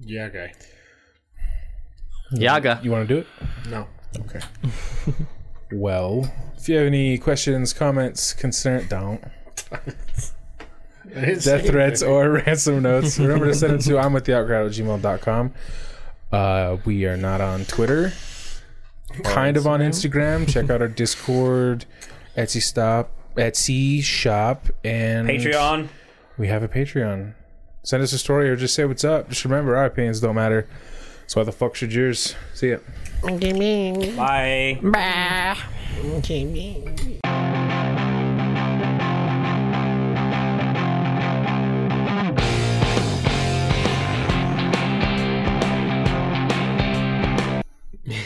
S2: Yeah, guy.
S5: Yaga.
S1: You want to do it?
S2: No.
S1: Okay. well, if you have any questions, comments, concern, don't death threats or ransom notes, remember to send them to I'm with the outcrowd at gmail.com. Uh, we are not on Twitter, kind of on Instagram. Check out our Discord, Etsy stop, Etsy shop, and
S4: Patreon.
S1: We have a Patreon. Send us a story or just say what's up. Just remember, our opinions don't matter. So why the fuck should yours? See ya.
S3: Gaming.
S4: Bye.
S3: Bah. Gaming.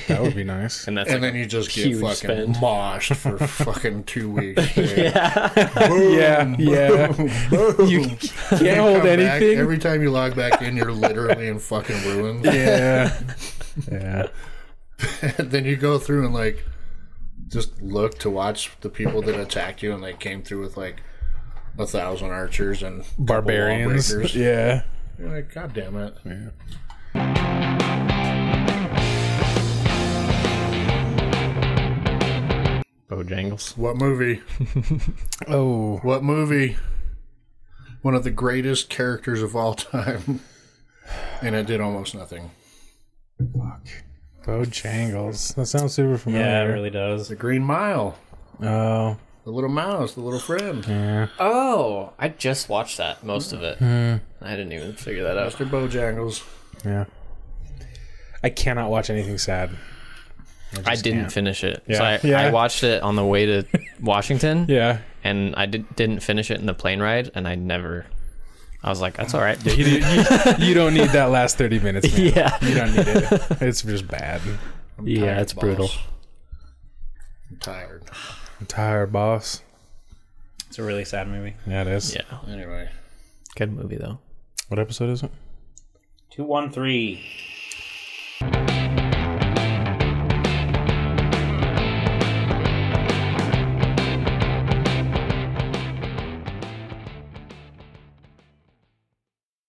S1: That would be nice.
S5: And that's
S2: And
S5: like,
S2: then you just get
S5: huge
S2: fucking
S5: spend.
S2: moshed for fucking two weeks. dude.
S1: yeah, yeah. you can't
S2: Come
S1: hold
S2: back,
S1: anything.
S2: every time you log back in, you're literally in fucking ruins.
S1: yeah. Yeah.
S2: And then you go through and like just look to watch the people that attacked you and they came through with like a thousand archers and a couple
S1: Barbarians.
S2: lawbreakers.
S1: Yeah.
S2: You're like, God damn it.
S5: Jangles.
S2: What movie?
S1: Oh,
S2: What movie? One of the greatest characters of all time. And it did almost nothing.
S1: Bojangles. That sounds super familiar.
S4: Yeah, it really does.
S2: The Green Mile.
S1: Oh,
S2: The Little Mouse, the Little Friend.
S5: Oh, I just watched that most of it.
S1: Hmm.
S5: I didn't even figure that out.
S2: Mr. Bojangles.
S1: yeah. I cannot watch anything sad.
S5: I didn't
S1: can't.
S5: finish it.
S1: Yeah.
S5: So I,
S1: Yeah.
S5: I watched it on the way to Washington,
S1: Yeah.
S5: and I did, didn't finish it in the plane ride, and I never. I was like, that's all right.
S1: You, you, you don't need that last 30 minutes. Man.
S5: Yeah.
S1: You don't need it. It's just bad.
S5: yeah, it's brutal.
S2: I'm tired.
S1: I'm tired, boss.
S4: It's a really sad movie.
S1: Yeah, it is.
S5: Yeah,
S2: Anyway.
S5: good movie though.
S1: What episode is it?
S4: Two one three.